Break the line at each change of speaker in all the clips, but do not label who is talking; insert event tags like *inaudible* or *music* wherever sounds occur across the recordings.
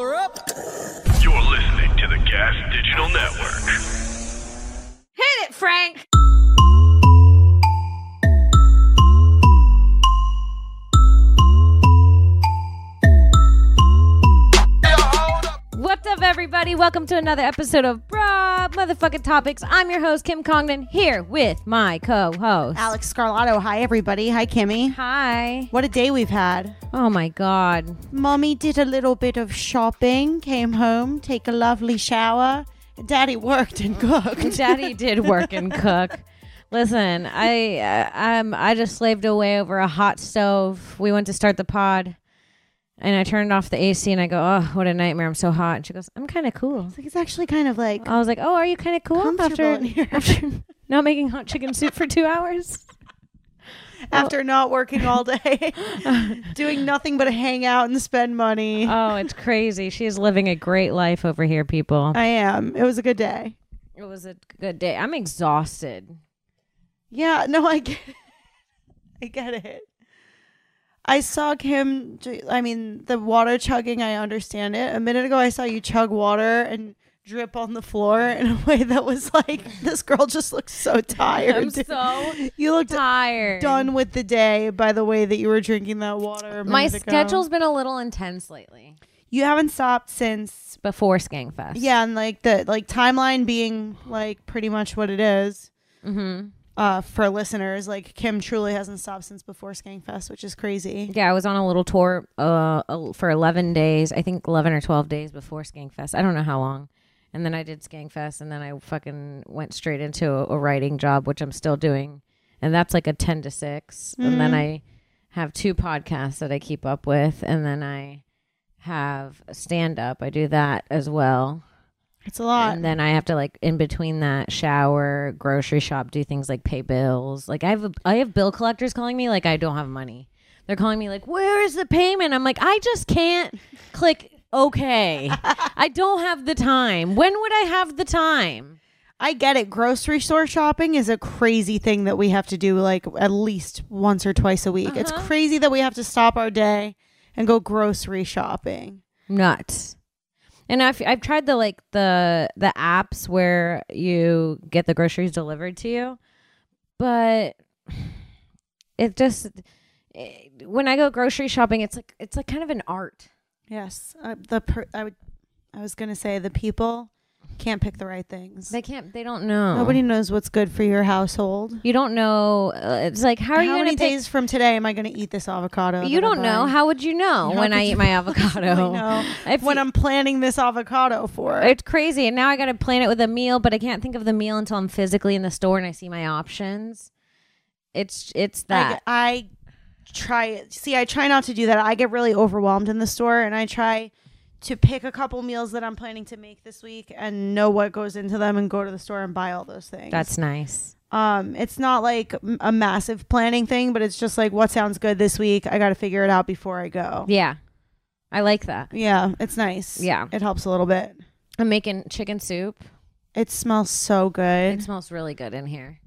her up.
You're listening to the Gas Digital Network.
Hit it, Frank. What's up, everybody? Welcome to another episode of Broad Motherfucking Topics. I'm your host, Kim Congdon, here with my co host.
Alex Scarlato. Hi, everybody. Hi, Kimmy.
Hi.
What a day we've had.
Oh my God.
Mommy did a little bit of shopping, came home, take a lovely shower. Daddy worked and cooked.
Daddy did work and cook. Listen, I uh, um I just slaved away over a hot stove. We went to start the pod, and I turned off the AC, and I go, "Oh, what a nightmare! I'm so hot." And she goes, "I'm kind of cool."
It's actually kind of like
I was like, "Oh, are you kind of cool
Comfortable
after
in here."
after *laughs* not making hot chicken soup for two hours?"
*laughs* *laughs* after not working all *laughs* day, doing nothing but hang out and spend money.
Oh, it's crazy. She's living a great life over here, people.
I am. It was a good day.
It was a good day. I'm exhausted.
Yeah, *laughs* no, I get I get it. I saw Kim, do- I mean, the water chugging, I understand it. A minute ago, I saw you chug water and drip on the floor in a *laughs* way that was like, this girl just looks so tired.
*laughs* I'm
dude. *laughs*
so
you looked
tired.
done with the day by the way that you were drinking that water. a
My
minute ago.
schedule's been a little intense lately.
You haven't stopped since,
Before Skangfest.
yeah, and like the like timeline being like pretty much what it is.
Mm-hmm.
Uh, for listeners, like Kim truly hasn't stopped since before Skankfest, which is crazy.
Yeah, I was on a little tour uh, el- for 11 days, I think 11 or 12 days before Skankfest. I don't know how long. And then I did Skankfest, and then I fucking went straight into a, a writing job, which I'm still doing. And that's like a 10 to 6. And then I have two podcasts that I keep up with. And then I have stand up. I do that as well.
It's a lot.
And then I have to like in between that shower, grocery shop, do things like pay bills. Like I have I have bill collectors calling me like I don't have money. They're calling me like, "Where is the payment?" I'm like, "I just can't click okay. I don't have the time. When would I have the time?"
I get it. Grocery store shopping is a crazy thing that we have to do like at least once or twice a week. It's
Uh-huh.
crazy that we have to stop our day and go grocery shopping.
Nuts. And I've I've tried the like the the apps where you get the groceries delivered to you, but it just it- when I go grocery shopping, it's like it's like kind of an art.
Yes, uh, the per- I would I was going to say the people can't pick the right things.
They Oh. can't. They don't know.
Nobody knows what's good for your household.
You don't know. uh, It's like how are you
How
going
many
to pick?
days from today am I going to eat this avocado?
You
that I
don't know.
buy?
How would you know
How
when I
could
eat
you
my
*laughs*
avocado?
possibly know
*laughs* If
when
you-
I'm planning this avocado for it.
It's crazy. And now I got to plan it with a meal, but I can't think of the meal until I'm physically in the store and I see my options. It's it's
I
that.
get- I, try see I try not to do that. I get really overwhelmed in the store and I try to pick a couple meals that I'm planning to make this week and know what goes into them and go to the store and buy all those things.
That's nice.
um it's not like m- a massive planning thing, but it's just like what sounds good this week. I got to figure it out before I go.
Yeah, I like that.
Yeah, it's nice.
Yeah.
It helps a little bit.
I'm making chicken soup.
It smells so good.
It smells really good in here.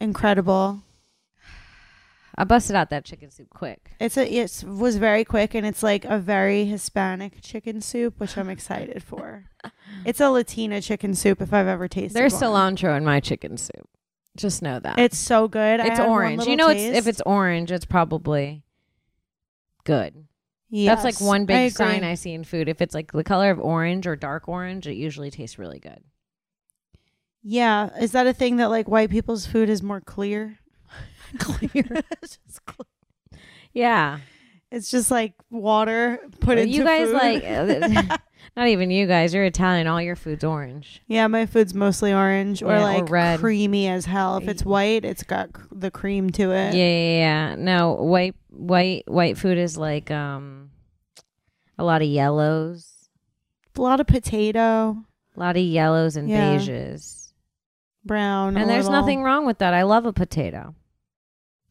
Incredible.
I busted out that chicken soup quick.
It's a it was very quick and it's like a very Hispanic chicken soup, which I'm
*laughs*
excited for. it's a Latina chicken soup if I've ever tasted.
There's
one.
cilantro in my chicken soup. Just know that.
It's so good. I
It's
had one
orange.
little
You know, it's, if
taste.
it's orange, it's probably good. That's
Yes,
like one big
I
sign
agree.
I see in food. If it's like the color of orange or dark orange, it usually tastes really good.
yeah, is that a thing that like white people's food is more clear?
Clear.
*laughs* it's, just cl-
Yeah.
it's just like water put
But
into
you guys
food.
like, uh,
*laughs*
*laughs* not even you guys, you're Italian. All your food's orange.
yeah, my food's mostly orange or
Yeah, or
like
red.
creamy as hell. If it's white, it's got cr- the cream to
Yeah,
it.
yeah, yeah. No, white, white, white food is like, um, a lot of yellows,
A lot of potato,
a lot of yellows and
Yeah.
beiges.
brown. a
and there's
little.
nothing wrong with that. I love a potato.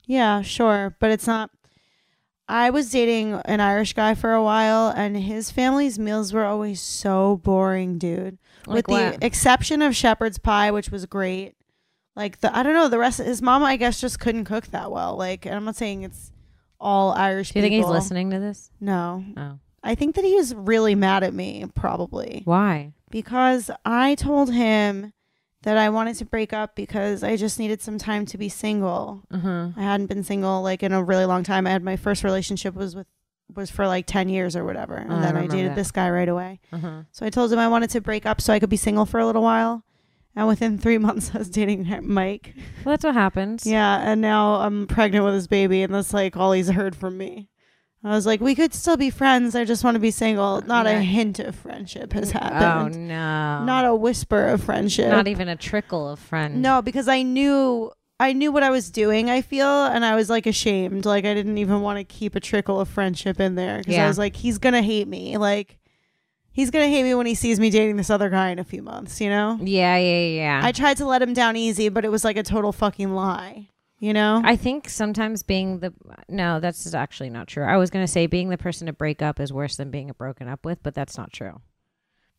Yeah, sure, but it's not. I was dating an Irish guy for a while, and his family's meals were always so boring, dude.
Like
With
what?
the exception of shepherd's pie, which was great. Like the I don't know the rest. His mom, I guess, just couldn't cook that well. Like, and I'm not saying it's all Irish.
Do you think he's
people.
listening to this?
No,
Oh,
I think that he was really mad at me, probably
why?
because I told him that I wanted to break up because I just needed some time to be single.
Uh huh.
I hadn't been single like in a really long time. I had my first relationship was with was for like 10 years or whatever. And
Oh, I
then I,
remember
dated
that.
this guy right away.
Uh huh.
So I told him I wanted to break up so I could be single for a little while. And within 3 *laughs* months I was dating Mike.
Well, that's what happens.
Yeah, and now I'm pregnant with his baby and that's like all he's heard from me. I was like, we could still be friends. I just want to be single. Not a
Yeah.
hint of friendship has
Oh
happened.
no.
Not a whisper of friendship.
Not even a trickle of friend.
No, because I knew I knew what I was doing. I feel, and I was like ashamed. Like I didn't even want to keep a trickle of friendship in there because
Yeah.
I was like, he's gonna hate me. Like he's gonna hate me when he sees me dating this other guy in a few months. You know.
Yeah, yeah, yeah.
I tried to let him down easy, but it was like a total fucking lie. You know.
I think sometimes being the no, that's actually not true. I was gonna say being the person to break up is worse than being broken up with, but that's not true.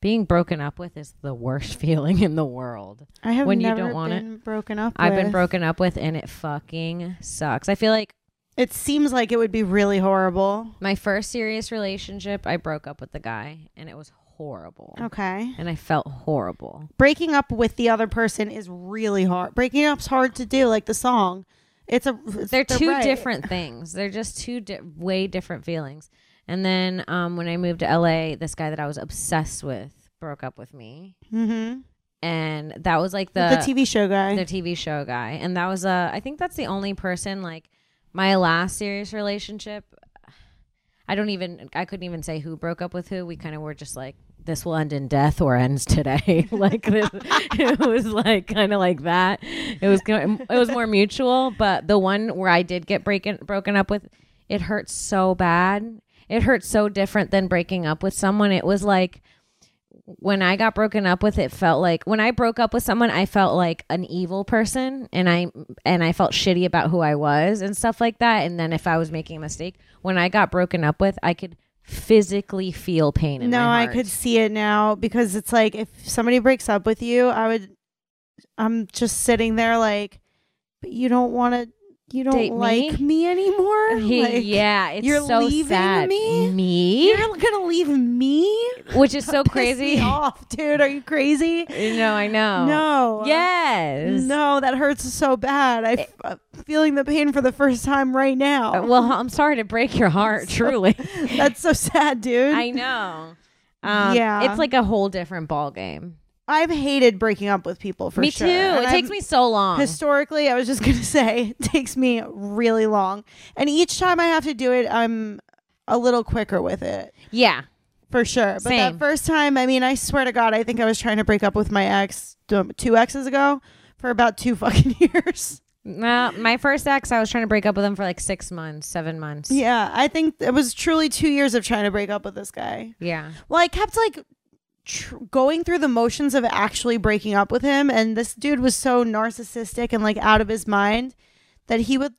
Being broken up with is the worst *laughs* feeling in the world.
I have
when you
never
don't want it.
been broken up.
I've been
with.
broken up with, and it fucking sucks. I feel like
It seems like it would be really horrible.
my first serious relationship, I broke up with the guy, and it was horrible,
Okay.
and I felt horrible.
breaking up with the other person is really hard. Breaking up's hard to do, like the song. It's a it's
They're
the
two
right-
different things. They're just two di- way different feelings. And then um, when I moved to LA, this guy that I was obsessed with broke up with me.
Mhm.
and that was like
The,
Mm-hmm. the
TV show guy.
the TV show guy, and that was uh I think that's the only person like my last serious relationship. I don't even I couldn't even say who broke up with who. We kind of were just like this will end in death or ends today. *laughs* like this, it was like kind of like that. It was kinda- it was more mutual, but the one where I did get breaking broken up with, it hurt so bad. It hurt so different than breaking up with someone. It was like when I got broken up with, it felt like when I broke up with someone, I felt like an evil person, and I and I felt shitty about who I was and stuff like that. And then if I was making a mistake, when I got broken up with, I could physically feel pain. In
no,
my
I
heart. *laughs*
could see it now because it's like if somebody breaks up with you, I would. I'm just sitting there like, but you don't want to. You don't
Date
like
me?
me,
*laughs*
anymore.
He-
*laughs* Like,
yeah, it's
you're
so
leaving
sad.
me?
me,
You're *laughs* gonna leave me?
*laughs* which is
*laughs*
so
Piss me
crazy.
off, dude. Are you crazy?
*laughs* No, I know.
No.
Yes.
No, that hurts so bad. I f- I'm feeling the pain for the first time right now.
Uh, Well, I'm sorry to break your
*laughs*
heart. Truly,
That's so sad, dude.
I know. Um,
Yeah.
it's like a whole different ball game.
I've hated breaking up with people for
me
sure.
too.
And
It takes
I've-
me so long.
Historically, I was just *laughs* gonna say it takes me really long, and each time I have to do it, I'm a little quicker with it
yeah.
for sure. But
Same.
that first time, I mean, I swear to God, I think I was trying to break up with my ex um, two exes ago for about two *laughs* fucking years.
No, my first ex, I was trying to break up with him for like six months, seven months.
Yeah, I think it was truly two years of trying to break up with this guy.
Yeah.
Well, I kept like tr- going through the motions of actually breaking up with him, and this dude was so narcissistic and like out of his mind that he would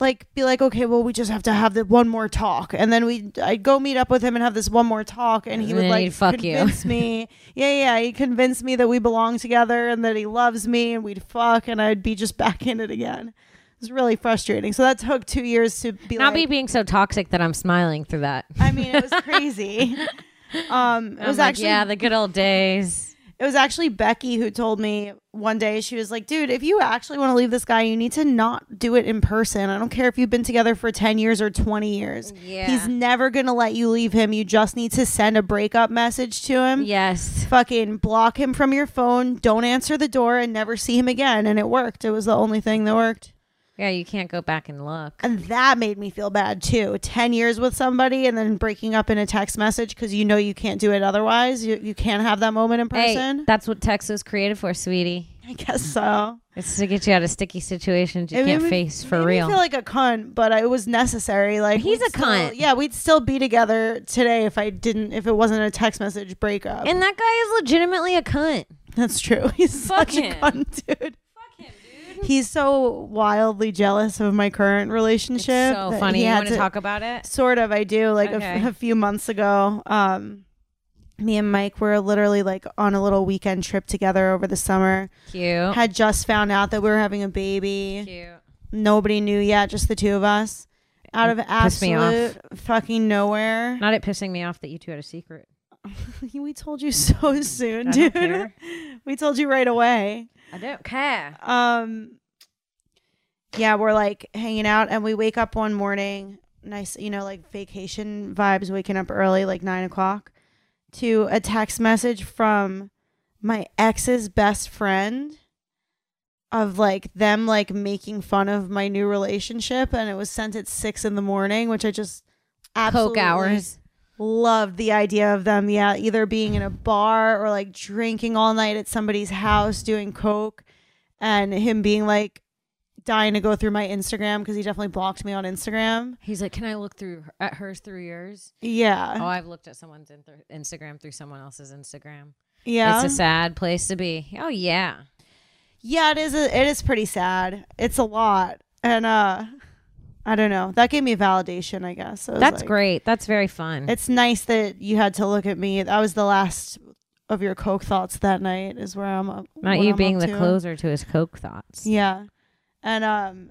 like be like, "Okay, well, we just have to have the one more talk," and then we I'd go meet up with him and have this one more talk, and he
And
would
then
like
he'd fuck you. *laughs*
convince me, yeah, yeah, he convinced me that we belong together and that he loves me, and we'd fuck, and I'd be just *laughs* back in it again. It was really frustrating. So that took two years to be
Not
like,
me being so toxic that I'm smiling through that.
I mean, it
*laughs*
was crazy. Um, it
I'm
was
like,
actually
yeah, the good old days.
It was actually Becky who told me one day, she was like, dude, if you actually want to leave this guy, you need to not do it in person. I don't care if you've been together for 10 years or 20 years.
Yeah.
He's never going to let you leave him. You just need to send a breakup message to him.
Yes.
Fucking block him from your phone, don't answer the door, and never see him again. And it worked. It was the only thing that worked.
Yeah, you can't go back and look.
And that made me feel bad too. 10 years with somebody and then breaking up in a text message because you know you can't do it otherwise. You, you can't have that moment in
Hey,
person.
that's what text was created for, sweetie.
I guess so.
It's to get you out of sticky situations you
It made
can't
me-
face for
made me
real.
feel like a cunt, but it was necessary. Like
He's
we'd
a
still-
cunt.
yeah, we'd still be together today if I didn't. If it wasn't a text message breakup.
and that guy is legitimately a cunt.
That's true. *laughs* He's
Fuck
such
him.
a cunt, dude. Fuck him, dude. He's so wildly jealous of my current
It's
relationship.
so
that
funny.
he
You
had
want to talk about it?
Sort of. I do. Like a f-
Okay.
a few months ago, um, me and Mike were literally like on a little weekend trip together over the summer.
Cute.
Had just found out that we were having a baby.
Oh. Cute.
Nobody knew yet. Just the two of us. Out of
Pissed me off.
absolute fucking nowhere.
Not it pissing me off that you two had a secret.
*laughs* we told you so soon, *laughs*
I don't
dude.
care.
We told you right away.
I don't care.
um yeah we're like hanging out and we wake up one morning nice you know like vacation vibes waking up early like nine o'clock to a text message from my ex's best friend of like them like making fun of my new relationship and it was sent at six in the morning which i just absolutely
Coke hours.
loved the idea of them yeah either being in a bar or like drinking all night at somebody's house doing coke and him being like dying to go through my instagram because he definitely blocked me on instagram
He's like, can I look through her- at hers through yours? Oh,
yeah
I've looked at someone's in th- Instagram through someone else's Instagram.
yeah
It's a sad place to be. Oh yeah.
yeah it is a, it is pretty sad it's a lot and uh i don't know that gave me validation i guess I was
That's
like-
great. That's very fun.
it's nice that you had to look at me that was the last of your coke thoughts that night is where i'm up
Not
what
you
I'm
being
up
the
to.
closer to his coke thoughts.
Yeah. And um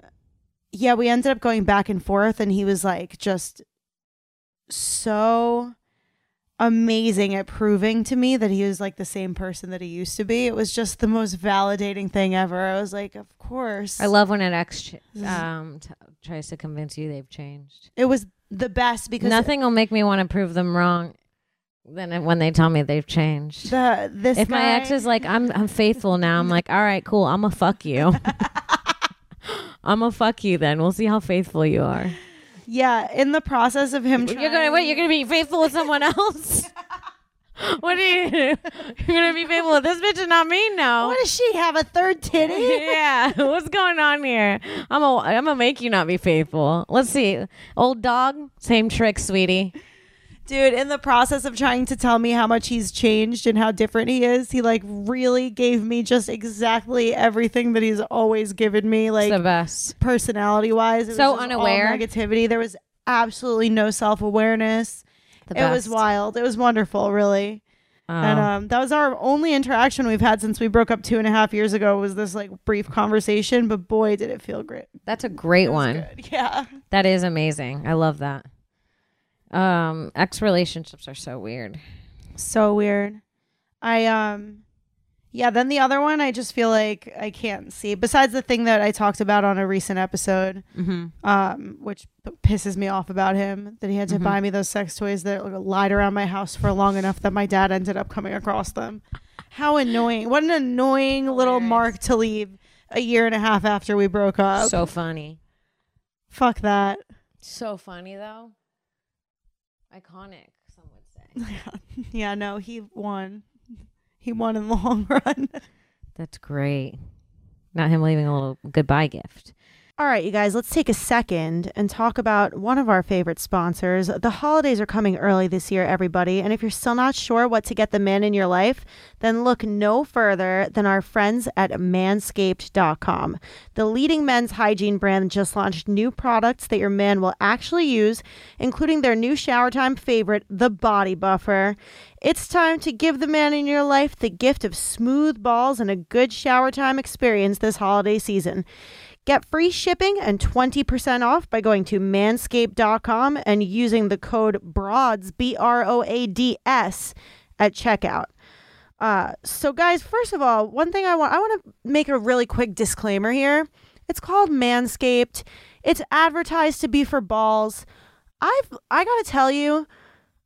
yeah, we ended up going back and forth and he was like just so amazing at proving to me that he was like the same person that he used to be. It was just the most validating thing ever. I was like, of course.
I love when an ex
Mm-hmm.
ch- um, t- tries to convince you they've changed.
it was the best because
Nothing will make me want to prove them wrong than when they tell me they've changed.
the this
if my
guy-
ex is like, I'm I'm faithful now, I'm like, all right, cool, I'm a fuck
*laughs*
you. I'm a fuck you. Then we'll see how faithful you are.
Yeah, in the process of him trying
You're gonna wait. You're gonna be faithful with someone else.
*laughs*
what do you? You're gonna be faithful with this bitch and not me now.
What does she have a third
*laughs*
titty?
yeah, what's going on here? I'm a I'm gonna make you not be faithful. Let's see, old dog, same trick, sweetie.
Dude, in the process of trying to tell me how much he's changed and how different he is, he like really gave me just exactly everything that he's always given me,
It's the
like
best.
personality wise.
So unaware.
negativity. There was absolutely no self awareness.
The
It was
best.
wild. It was wonderful, really.
Oh.
And um, that was our only interaction we've had since we broke up two and a half years ago. Was this like brief conversation? But boy, did it feel great.
That's a great one.
Good. *laughs* Yeah.
That is amazing. I love that. Um, ex relationships are so weird.
so weird i um yeah then the other one i just feel like i can't see besides the thing that i talked about on a recent episode um which p- pisses me off about him that he had to buy me those sex toys that lied around my house for long enough that my dad ended up coming across them how annoying what an annoying little
Hilarious.
mark to leave a year and a half after we broke up
So funny.
fuck that
So funny though. Iconic, some would say.
yeah no he won he won in the *laughs* long run
*laughs* That's great. Not him leaving a little goodbye gift.
All right, you guys, let's take a second and talk about one of our favorite sponsors. The holidays are coming early this year, everybody. And if you're still not sure what to get the man in your life, then look no further than our friends at manscaped.com. The leading men's hygiene brand just launched new products that your man will actually use, including their new shower time favorite, the Body Buffer. It's time to give the man in your life the gift of smooth balls and a good shower time experience this holiday season. Get free shipping and 20% off by going to manscaped.com and using the code BROADS, B R O A D S, at checkout. Uh, so, guys, first of all, one thing I want, I want to make a really quick disclaimer here. It's called Manscaped, it's advertised to be for balls. I've, I gotta tell you,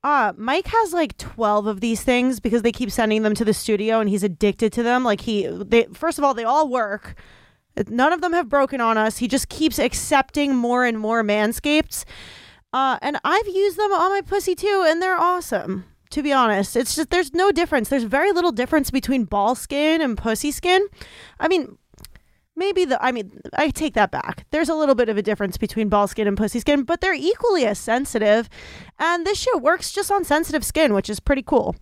uh, Mike has like 12 of these things because they keep sending them to the studio and he's addicted to them. Like, he, they, first of all, they all work. None of them have broken on us. He just keeps accepting more and more manscapes. Uh, and I've used them on my pussy too, and they're awesome. to be honest. It's just there's no difference. There's very little difference between ball skin and pussy skin. I mean, maybe the I mean, I take that back. There's a little bit of a difference between ball skin and pussy skin, but they're equally as sensitive. And this shit works just on sensitive skin, which is pretty cool.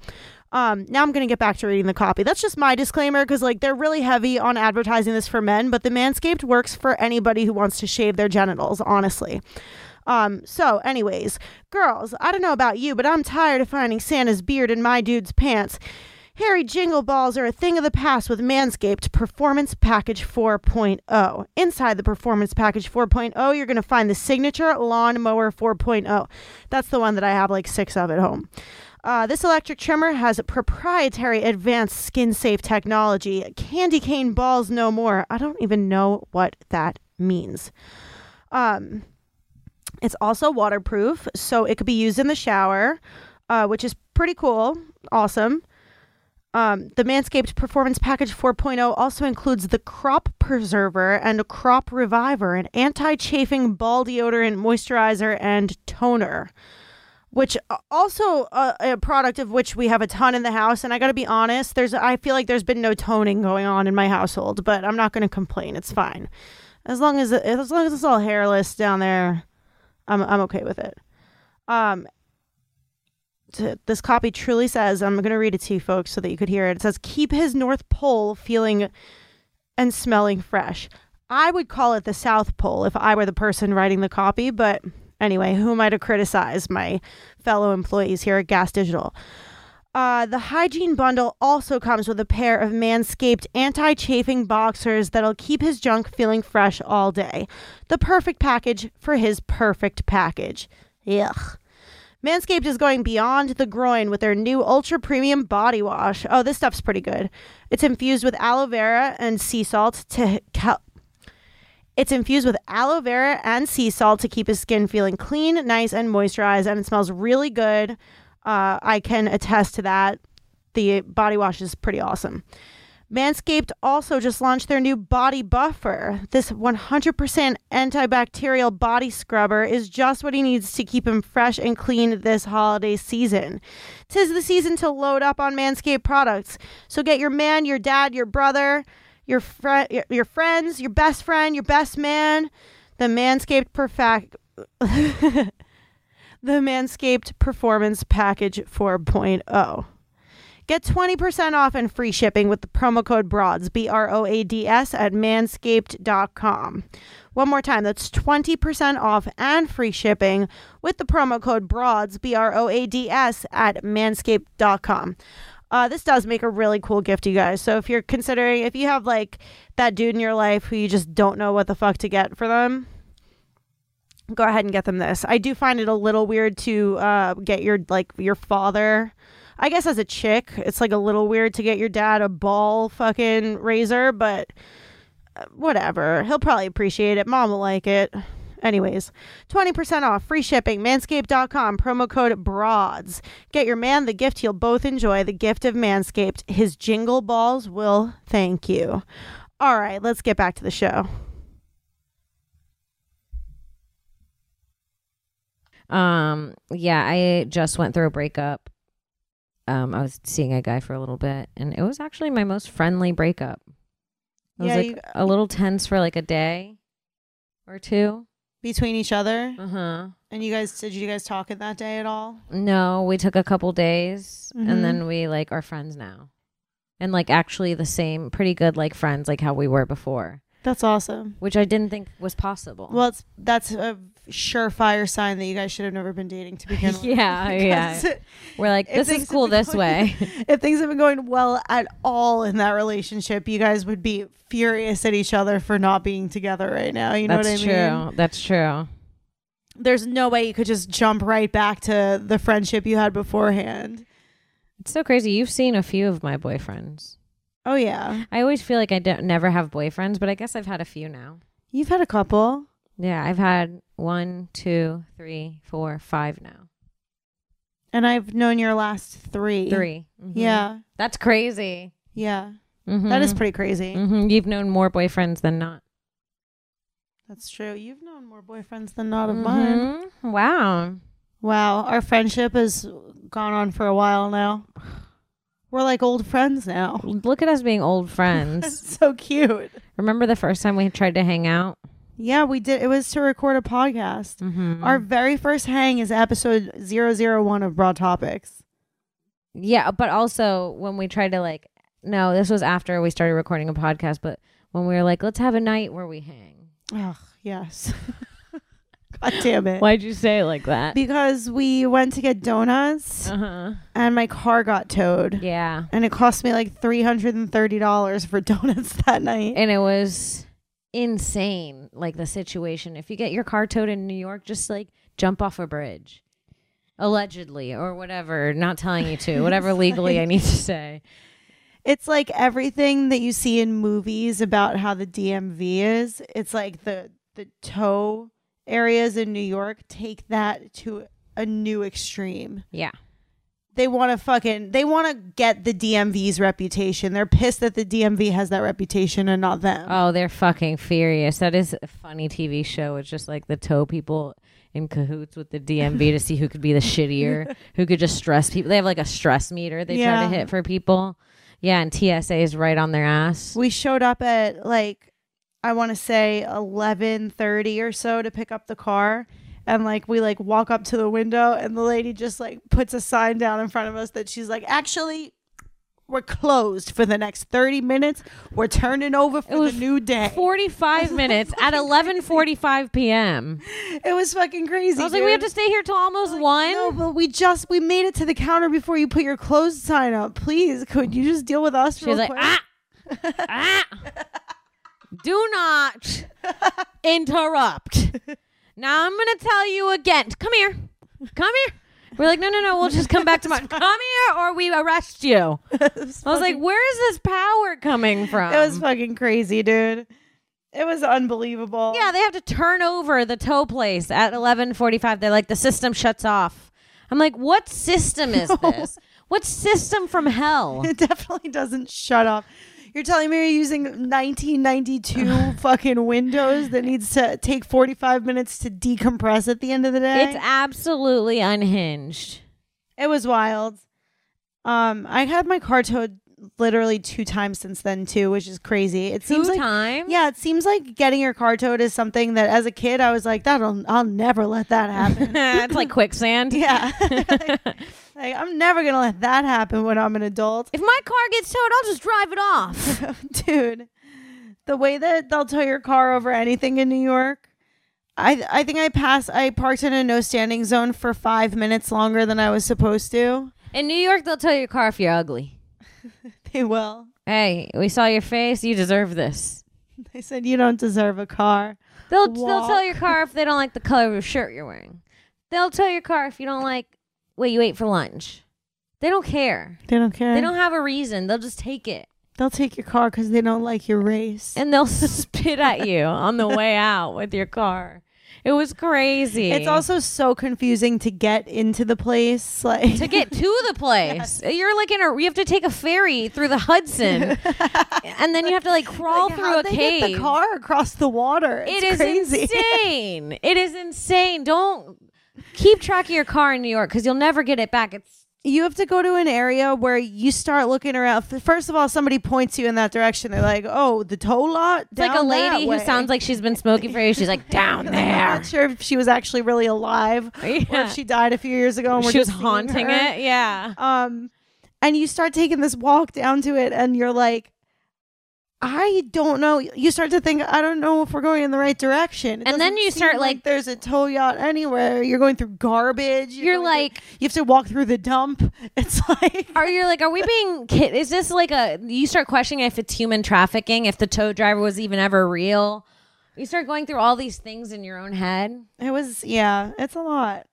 Um, now I'm gonna get back to reading the copy. That's just my disclaimer because like they're really heavy on advertising this for men, but the Manscaped works for anybody who wants to shave their genitals. Honestly, um, so, anyways, girls, I don't know about you, but I'm tired of finding Santa's beard in my dude's pants. Hairy jingle balls are a thing of the past with Manscaped Performance Package 4.0. Inside the Performance Package 4.0, you're going to find the signature Lawn Mower 4.0. oh. That's the one that I have like six of at home. Uh, this electric trimmer has a proprietary advanced skin safe technology. Candy cane balls no more. I don't even know what that means. Um, it's also waterproof, so it could be used in the shower, uh, which is pretty cool. Awesome. Um, the Manscaped Performance Package 4.0 also includes the Crop Preserver and Crop Reviver, an anti chafing ball deodorant, moisturizer, and toner which uh, also uh, a product of which we have a ton in the house and i gotta be honest there's i feel like there's been no toning going on in my household but i'm not gonna complain it's fine as long as as long as it's all hairless down there i'm, I'm okay with it um t- this copy truly says i'm gonna read it to you folks so that you could hear it it says keep his north pole feeling and smelling fresh i would call it the south pole if i were the person writing the copy but anyway who am i to criticize my fellow employees here at gas digital uh, the hygiene bundle also comes with a pair of manscaped anti-chafing boxers that'll keep his junk feeling fresh all day the perfect package for his perfect package Ugh. Manscaped is going beyond the groin with their new ultra premium body wash. Oh, this stuff's pretty good. It's infused with aloe vera and sea salt to cal- it's infused with aloe vera and sea salt to keep his skin feeling clean, nice, and moisturized, and it smells really good. Uh, I can attest to that. The body wash is pretty awesome. Manscaped also just launched their new body buffer. This 100% antibacterial body scrubber is just what he needs to keep him fresh and clean this holiday season. Tis the season to load up on Manscaped products. So get your man, your dad, your brother, your friend, your, your friends, your best friend, your best man, the Manscaped perfect, *laughs* the Manscaped Performance Package oh. 4.0. Get 20% off and free shipping with the promo code BROADS, B R O A D S, at manscaped.com. One more time, that's 20% off and free shipping with the promo code BROADS, B R O A D S, at manscaped.com. Uh, this does make a really cool gift, you guys. So if you're considering, if you have like that dude in your life who you just don't know what the fuck to get for them, go ahead and get them this. I do find it a little weird to uh, get your like your father. I guess as a chick, it's like a little weird to get your dad a ball fucking razor, but uh, whatever. He'll probably appreciate it. Mom will like it. Anyways, 20% off, free shipping, manscaped.com, promo code BROADS. Get your man the gift he'll both enjoy, the gift of Manscaped. His jingle balls will thank you. All right, let's get back to the show.
Um, yeah, I just went through a breakup. Um, I was seeing a guy for a little bit, and it was actually my most friendly breakup. It was
Yeah,
like
you-
a little tense for like a day or two.
Between each other,
Uh huh.
and you guys, did you guys talk it that day at all?
No, we took a couple days,
Mhm.
and then we like are friends now, and like actually the same, pretty good like friends, like how we were before,
That's awesome.
which I didn't think was possible.
Well, it's, that's a surefire sign that you guys should have never been dating to begin with.
*laughs*
*laughs*
Yeah, yeah.
Because
we're like,
if
this
things
is
have
cool
been
this
going-
way. *laughs*
*laughs* if things have been going well at all in that relationship, you guys would be furious at each other for not being together right now. You know
That's
what I
true.
mean?
That's true.
There's no way you could just jump right back to the friendship you had beforehand.
It's so crazy. You've seen a few of my boyfriends.
Oh yeah,
I always feel like I don't never have boyfriends, but I guess I've had a few now.
you've had a couple.
Yeah, I've had one, two, three, four, five now.
And I've known your last three.
3 Mhm.
Yeah.
that's crazy.
Yeah.
Mhm.
That is pretty crazy.
Mhm. You've known more boyfriends than not.
That's true. You've
Mm-hmm.
known more boyfriends than not of mine.
Mhm. Wow.
Wow. Our friendship is gone on for a while now. We're like old friends now. *laughs*
Look at us being old *laughs* friends.
It's so cute.
Remember the first time we tried to hang out?
Yeah, we did. It was to record a podcast.
Mm-hmm.
Our very first hang is episode 001 of Broad Topics.
Yeah, but also when we tried to like no, this was after we started recording a podcast, but when we were like, let's have a night where we hang.
Ugh, yes. *laughs* God damn it.
Why'd you say it like that?
Because we went to get donuts
*laughs* Uh-huh.
and my car got towed.
Yeah.
And it cost me like $330 for *laughs* donuts that night.
And it was insane, like the situation. If you get your car towed in New York, just like jump off a bridge. Allegedly or whatever, not telling you *laughs* to, whatever legally I need to say.
It's like everything that you see in movies about how the DMV is. It's like the the tow areas in New York take that to a new extreme.
Yeah.
They want to fucking they want to get the DMV's reputation. They're pissed that the DMV has that reputation and not them.
Oh, they're fucking furious. That is a funny TV show. It's just like the tow people in cahoots with the DMV to see who could be the
*laughs*
shittier, who could just stress people. They have like a stress meter they
Yeah.
try to hit for people. Yeah, and TSA is right on their ass.
We showed up at like I want to say 11:30 or so to pick up the car and like we like walk up to the window and the lady just like puts a sign down in front of us that she's like actually we're closed for the next 30 minutes. We're turning over for the
was
new day. *laughs*
45 minutes at 11:45 p.m.
it was fucking crazy.
I was like we have to
dude.
stay here till almost 1.
No, but we just we made it to the counter before you put your clothes sign up. Please, could you just deal with us?
She was
real
like,
quick?
ah,
*laughs*
ah, do not interrupt. Now I'm gonna tell you again. Come here, come here. We're like, no, no, no. We'll just come
*laughs*
back tomorrow. Come here, or we arrest you. I was like, where is this power coming from?
It was fucking crazy, dude. It was unbelievable.
yeah. They have to turn over the tow place at 11:45. They're like, the system shuts off. I'm like, what system
*laughs*
is this? What system from hell?
It definitely doesn't shut off. You're telling me you're
*laughs*
using 1992 fucking Windows that needs to take 45 minutes to decompress at the end of the day?
It's absolutely unhinged.
it was wild. Um, I had my car towed literally two times since then too, which is crazy. It seems
Two
like
times?
yeah, it seems like getting your car towed is something that as a kid I was like, that'll I'll never let that
*laughs*
happen.
it's like *laughs* quicksand.
yeah, like, like, I'm never gonna let that happen when I'm an adult.
If my car gets towed, I'll just drive it off.
*laughs* dude the way that they'll tow your car over anything in new york i i think i passed i parked in a no standing zone for five minutes longer than i was supposed to *laughs*
In New York, they'll tow your car if you're ugly.
they will
Hey, we saw your face. You deserve this.
they said you don't deserve a car
They'll they'll
Walk.
tow your car if they don't like the color of your shirt you're wearing. They'll tow your car if you don't like what you ate for lunch. They don't care.
they don't care
They don't have a reason. They'll just take it
they'll take your car because they don't like your race
and they'll *laughs* spit at you on the way out with your car. It was crazy.
it's also so confusing to get into the place *laughs* like
to get to the place. You're like in a you have to take a ferry through the
*laughs*
Hudson, and then you have to like crawl
Like,
through
how'd
a
they
cave.
get the car across the water it's
it is
crazy *laughs*
insane. It is insane. Don't keep track of your car in New York because you'll never get it back. It's
you have to go to an area where you start looking around. F- First of all, somebody points you in that direction. They're like, "Oh, the tow lot."
it's like a lady who sounds like she's been smoking for years. She's like
*laughs*
down
I'm
there.
not sure if she was actually really alive
*laughs*
or
Yeah.
if she died a few years ago. And we're
She was
just seeing
haunting
her.
it. Yeah.
Um, and you start taking this walk down to it, and you're like. I don't know. You start to think, I don't know if we're going in the right direction. It
And then
doesn't
you
seem
start, like-
there's a tow yacht anywhere. You're going through garbage.
You're
going through-
like-
you have to walk through the dump. *laughs* It's like,
Are you like, are we being kid? Is this like a, you start questioning if it's human trafficking, if the tow driver was even ever real? You start going through all these things in your own head.
It was yeah, it's a lot.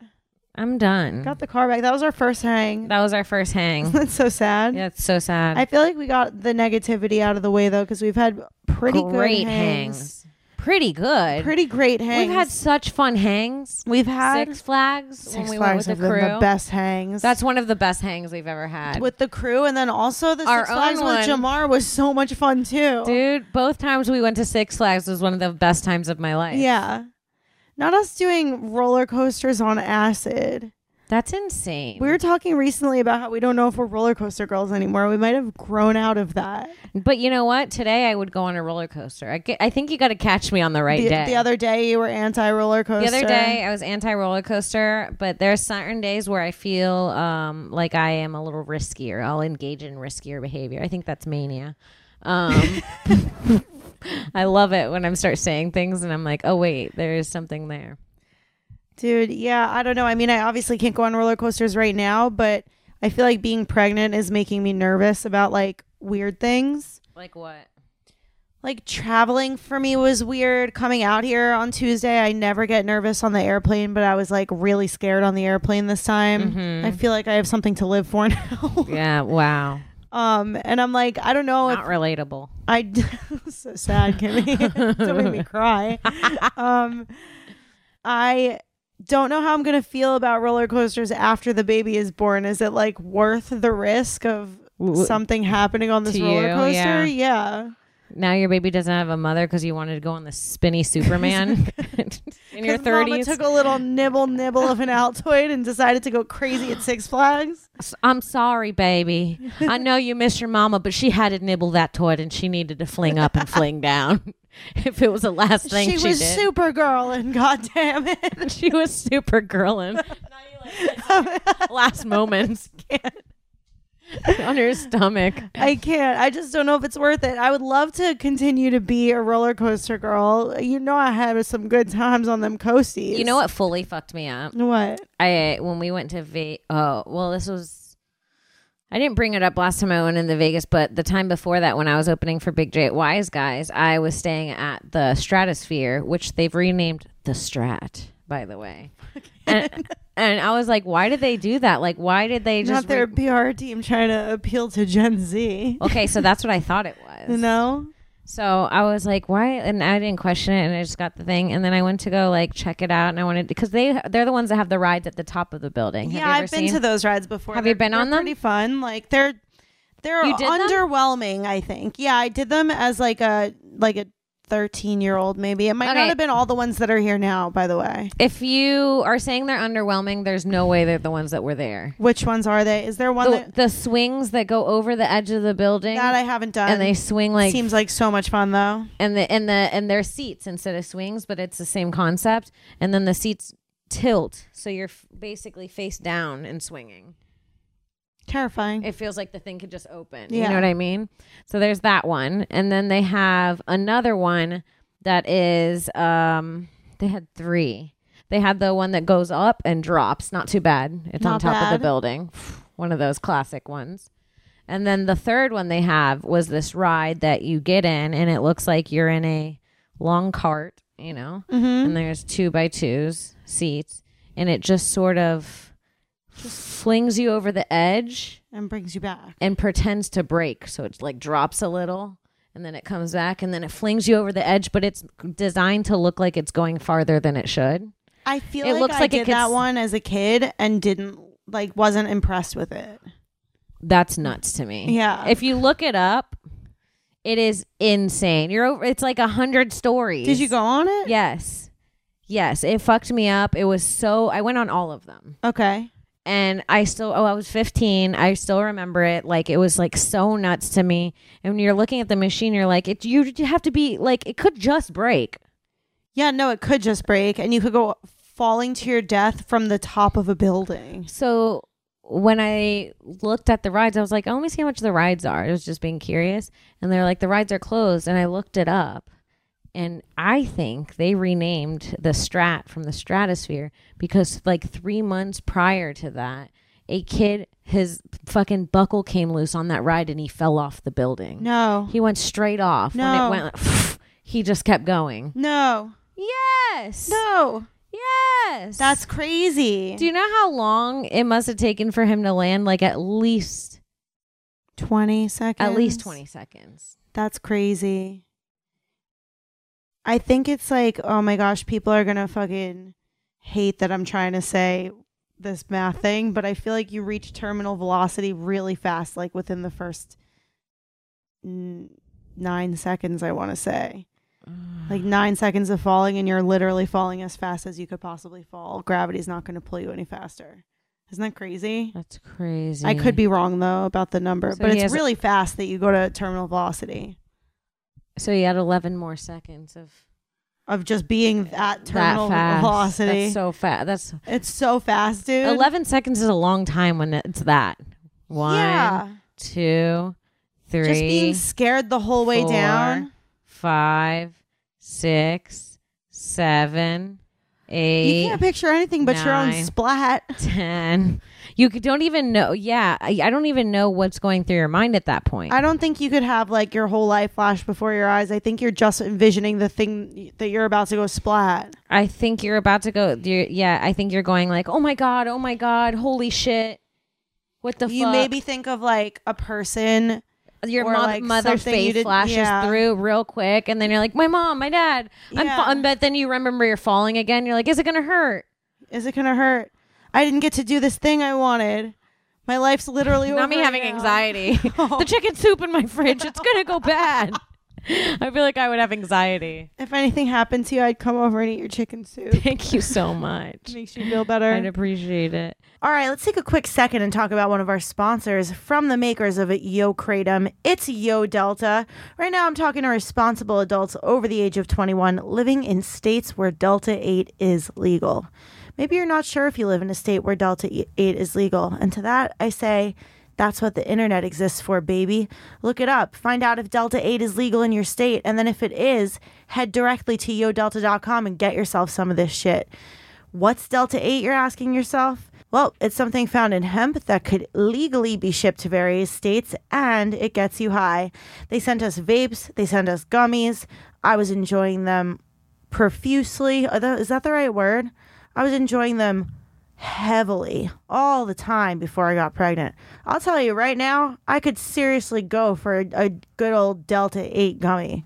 I'm done.
Got the car back. That was our first hang.
Mm. That was our first hang.
*laughs* That's so sad.
yeah, it's so sad.
I feel like we got the negativity out of the way though, because we've had pretty
Great
good hangs.
hangs. Pretty good.
Pretty great hangs.
We've had such fun hangs.
we've had
Six Flags
Six
when we
Flags
went
have
with the
been
crew.
the best hangs.
That's one of the best hangs we've ever had.
with the crew, and then also the
Our
Six Flags
own
with
one.
Jamar was so much fun too.
Dude, both times we went to Six Flags was one of the best times of my life.
Yeah, not us doing roller coasters on acid.
That's insane.
We were talking recently about how we don't know if we're roller coaster girls anymore. We might have grown out of that.
but you know what? Today I would go on a roller coaster. I, get, I think you got to catch me on the right
The,
day.
the other day you were anti roller coaster.
The other day, I was anti roller coaster, but there are certain days where I feel um, like I am a little riskier. I'll engage in riskier behavior. I think that's mania.
*laughs*
Um, I love it when I start saying things and I'm like, oh, wait, there is something there.
Dude, yeah, I don't know. I mean, I obviously can't go on roller coasters right now, but I feel like being pregnant is making me nervous about like weird things.
Like what?
Like traveling for me was weird. Coming out here on Tuesday, I never get nervous on the airplane, but I was like really scared on the airplane this time.
Mm-hmm.
I feel like I have something to live for *laughs* now.
Yeah,
*laughs*
wow.
um, and I'm like, I don't know if
Not relatable.
I *laughs* so sad, Kimmy. *laughs* don't make
*laughs*
me cry. um, I don't know how I'm gonna feel about roller coasters after the baby is born. Is it like worth the risk of
W-
something happening on this
To
roller
you,
coaster?
yeah.
yeah.
Now your baby doesn't have a mother because you wanted to go on the
*laughs*
spinny Superman *laughs* in your
'Cause Mama
30s.
took a little nibble nibble of an Altoid and decided to go crazy at Six Flags.
S- I'm sorry, baby. I know you miss your mama, but she had to nibble that toy and she needed to fling up and fling down. *laughs* if it was the last thing she,
she was
did,
Supergirl, and *laughs* goddamn
*laughs*
it,
she was super girling. last moments *laughs* on her stomach.
I can't. I just don't know if it's worth it. I would love to continue to be a roller coaster girl. You know, I had some good times on them coasties.
You know what fully fucked me up?
What?
I when we went to Ve- oh well this was I didn't bring it up last time I went into Vegas, but the time before that when I was opening for Big J at Wise Guys, I was staying at the Stratosphere, which they've renamed the Strat, by the
*laughs*
way. And, and I was like, why did they do that? Like, why did they just
Not their
re-
PR team trying to appeal to Gen Z.
okay? So that's what I thought it was.
You know?
So I was like, why? And I didn't question it, and I just got the thing, and then I went to go like check it out, and I wanted because they they're the ones that have the rides at the top of the building. Have you
Yeah,
ever
I've been
seen?
to those rides before.
Have you
They're-
been on
they're
them?
Pretty fun. Like they're they're
You did them?
underwhelming. I think. Yeah, I did them as like a like a thirteen year old. Maybe it might
Okay.
not have been all the ones that are here now. By the way,
If you are saying they're underwhelming, there's no way they're the ones that were there.
which ones are they? Is there one
The,
that,
the swings that go over the edge of the building
that I haven't done?
and they swing like
seems like so much fun though.
and the and the and their seats instead of swings, but it's the same concept. And then the seats tilt, so you're f- basically face down and swinging.
Terrifying.
It feels like the thing could just open. You
Yeah.
know what I mean? So there's that one, and then they have another one that is um they had three. They had the one that goes up and drops. Not too bad. It's on
Not
top of the
bad.
building. *sighs* One of those classic ones. And then the third one they have was this ride that you get in, and it looks like you're in a long cart, you know,
Mm-hmm.
and there's two by twos seats, and it just sort of flings you over the edge
and brings you back.
and pretends to break. So it's like drops a little and then it comes back and then it flings you over the edge, but it's designed to look like it's going farther than it should.
I feel
It
like
looks
I
like it
did that
gets-
one as a kid and didn't like wasn't impressed with it.
That's nuts to me.
Yeah.
If you look it up, it is insane. You're over it's like a hundred stories.
Did you go on it?
Yes. Yes. It fucked me up. It was so I went on all of them.
Okay.
and I still oh I was 15 I still remember it like it was like so nuts to me and when you're looking at the machine you're like it you, you have to be like it could just break
Yeah, no, it could just break and you could go falling to your death from the top of a building.
so when I looked at the rides I was like oh, let me see how much the rides are I was just being curious and they're like the rides are closed and I looked it up and I think they renamed the strat from the stratosphere because like 3 months prior to that a kid his fucking buckle came loose on that ride and he fell off the building
No.
He went straight off.
No.
When it went, *laughs* he just kept going.
No.
Yes.
No.
Yes.
That's crazy.
Do you know how long it must have taken for him to land? Like at least
20 seconds.
at least twenty seconds.
That's crazy. I think it's like, oh my gosh, people are gonna fucking hate that I'm trying to say this math thing, but I feel like you reach terminal velocity really fast, like within the first n- nine seconds, I wanna say.
*sighs*
Like nine seconds of falling, and you're literally falling as fast as you could possibly fall. Gravity's not gonna pull you any faster. Isn't that crazy?
That's crazy.
I could be wrong though about the number,
So
but
he
it's
has-
really fast that you go to terminal velocity
So you had 11 more seconds of
of just being that terminal
that fast.
velocity.
That's so fast. That's
it's so fast, dude.
11 seconds is a long time when it's that. One,
Yeah.
two,
just
three,
being scared the whole way down.
four, five, six, seven, eight.
You can't picture anything but your own
nine.
splat.
10 you could- don't even know yeah I, I don't even know what's going through your mind at that point
I don't think you could have like your whole life flash before your eyes. I think you're just envisioning the thing that you're about to go splat.
i think you're about to go you're, yeah i think you're going like oh my god oh my god holy shit what the
You
fuck
maybe think of like a person.
your
or,
mo-
like,
mother's
something you
face
did-
flashes
yeah.
through real quick and then you're like my mom my dad i'm
Yeah.
fa- and but then you remember you're falling again you're like is it gonna hurt
Is it gonna hurt? I didn't get to do this thing I wanted. My life's literally over
not me
right
having
now.
anxiety
*laughs*
the chicken soup in my fridge it's gonna go bad *laughs* i feel like i would have
*laughs*
anxiety
If anything happened to you, I'd come over and eat your chicken
*laughs*
soup.
thank you so much
Makes you feel
i'd
better.
appreciate it
All right, let's take a quick second and talk about one of our sponsors from the makers of Yo Kratom. It's Yo Delta. Right now, I'm talking to responsible adults over the age of 21 living in states where Delta 8 is legal. Maybe you're not sure if you live in a state where Delta E- 8 is legal. And to that, I say, that's what the internet exists for, baby. Look it up. Find out if Delta 8 is legal in your state. And then if it is, head directly to yodelta.com and get yourself some of this shit. What's Delta 8, you're asking yourself? Well, it's something found in hemp that could legally be shipped to various states and it gets you high. They sent us vapes, they sent us gummies. I was enjoying them profusely. Are tho- Is that the right word? I was enjoying them heavily all the time before I got pregnant. I'll tell you right now, I could seriously go for a, a good old Delta 8 gummy.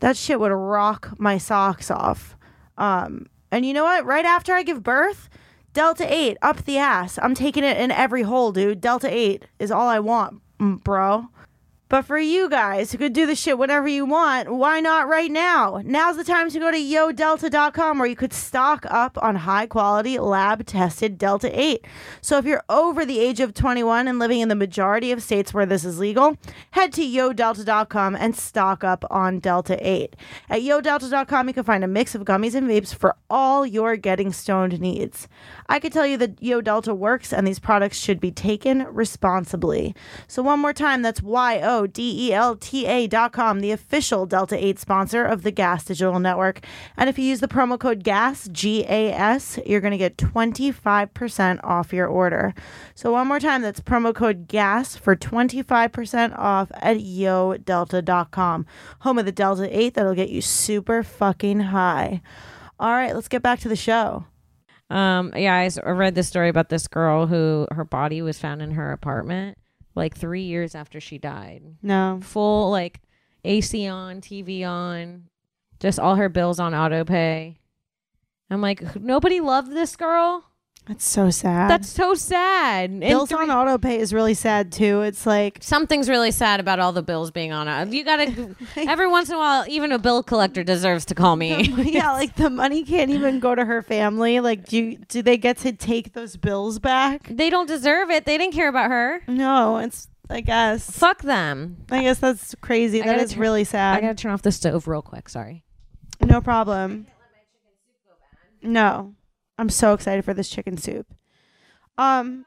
That shit would rock my socks off. Um, and you know what? Right after I give birth, Delta 8 up the ass. I'm taking it in every hole, dude. Delta 8 is all I want, mm, bro. But for you guys who could do the shit whenever you want, why not right now? Now's the time to go to yodelta.com where you could stock up on high quality lab tested Delta 8. So if you're over the age of 21 and living in the majority of states where this is legal, head to yodelta.com and stock up on Delta 8. At yodelta.com, you can find a mix of gummies and vapes for all your getting stoned needs. I could tell you that Yo Delta works and these products should be taken responsibly. So, one more time, that's Y O D E L T A dot com, the official Delta 8 sponsor of the Gas Digital Network. And if you use the promo code GAS, G A S, you're going to get 25% off your order. So, one more time, that's promo code GAS for 25% off at yodelta.com, home of the Delta 8 that'll get you super fucking high. All right, let's get back to the show.
Um, yeah, I s- I read this story about this girl who her body was found in her apartment like three years after she died.
No.
Full like AC on, TV on, just all her bills on auto pay. I'm like, nobody loved this girl.
That's so sad.
That's so sad. And
bills
three-
on auto pay is really sad too.
*laughs*
It's like
Something's really sad about all the bills being on. auto- You gotta
*laughs*
every once in a while, even a bill collector deserves to call me.
*laughs*
*laughs*
yeah, like the money can't even go to her family. Like do you, do they get to take those bills back?
they don't deserve it. They didn't care about her.
No, it's I guess.
Fuck them.
I guess that's crazy.
I
That
gotta
is
turn-
really
I
sad.
gotta turn off the stove real quick. Sorry.
no problem. No. I'm so excited for this chicken soup. Um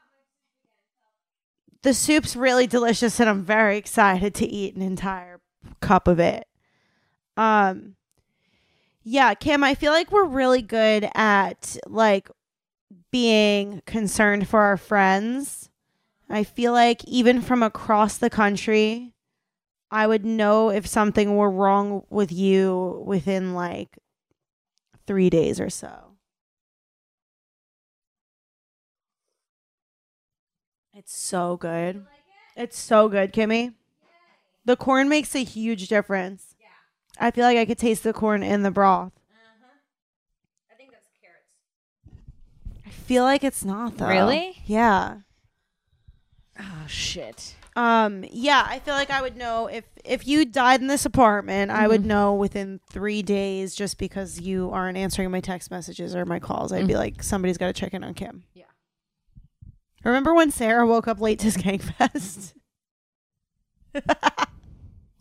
the soup's really delicious and I'm very excited to eat an entire cup of it. Um yeah, Kim, I feel like we're really good at like being concerned for our friends. I feel like even from across the country, I would know if something were wrong with you within like 3 days or so. It's so good. It's so good, Kimmy. The corn makes a huge difference. I feel like I could taste the corn in the broth. I feel like it's not though.
Really?
Yeah.
Oh shit.
Um. Yeah, I feel like I would know if if you died in this apartment, I would know within three days just because you aren't answering my text messages or my calls. I'd be like, somebody's got to check in on Kim. Remember when Sarah woke up late to Skankfest?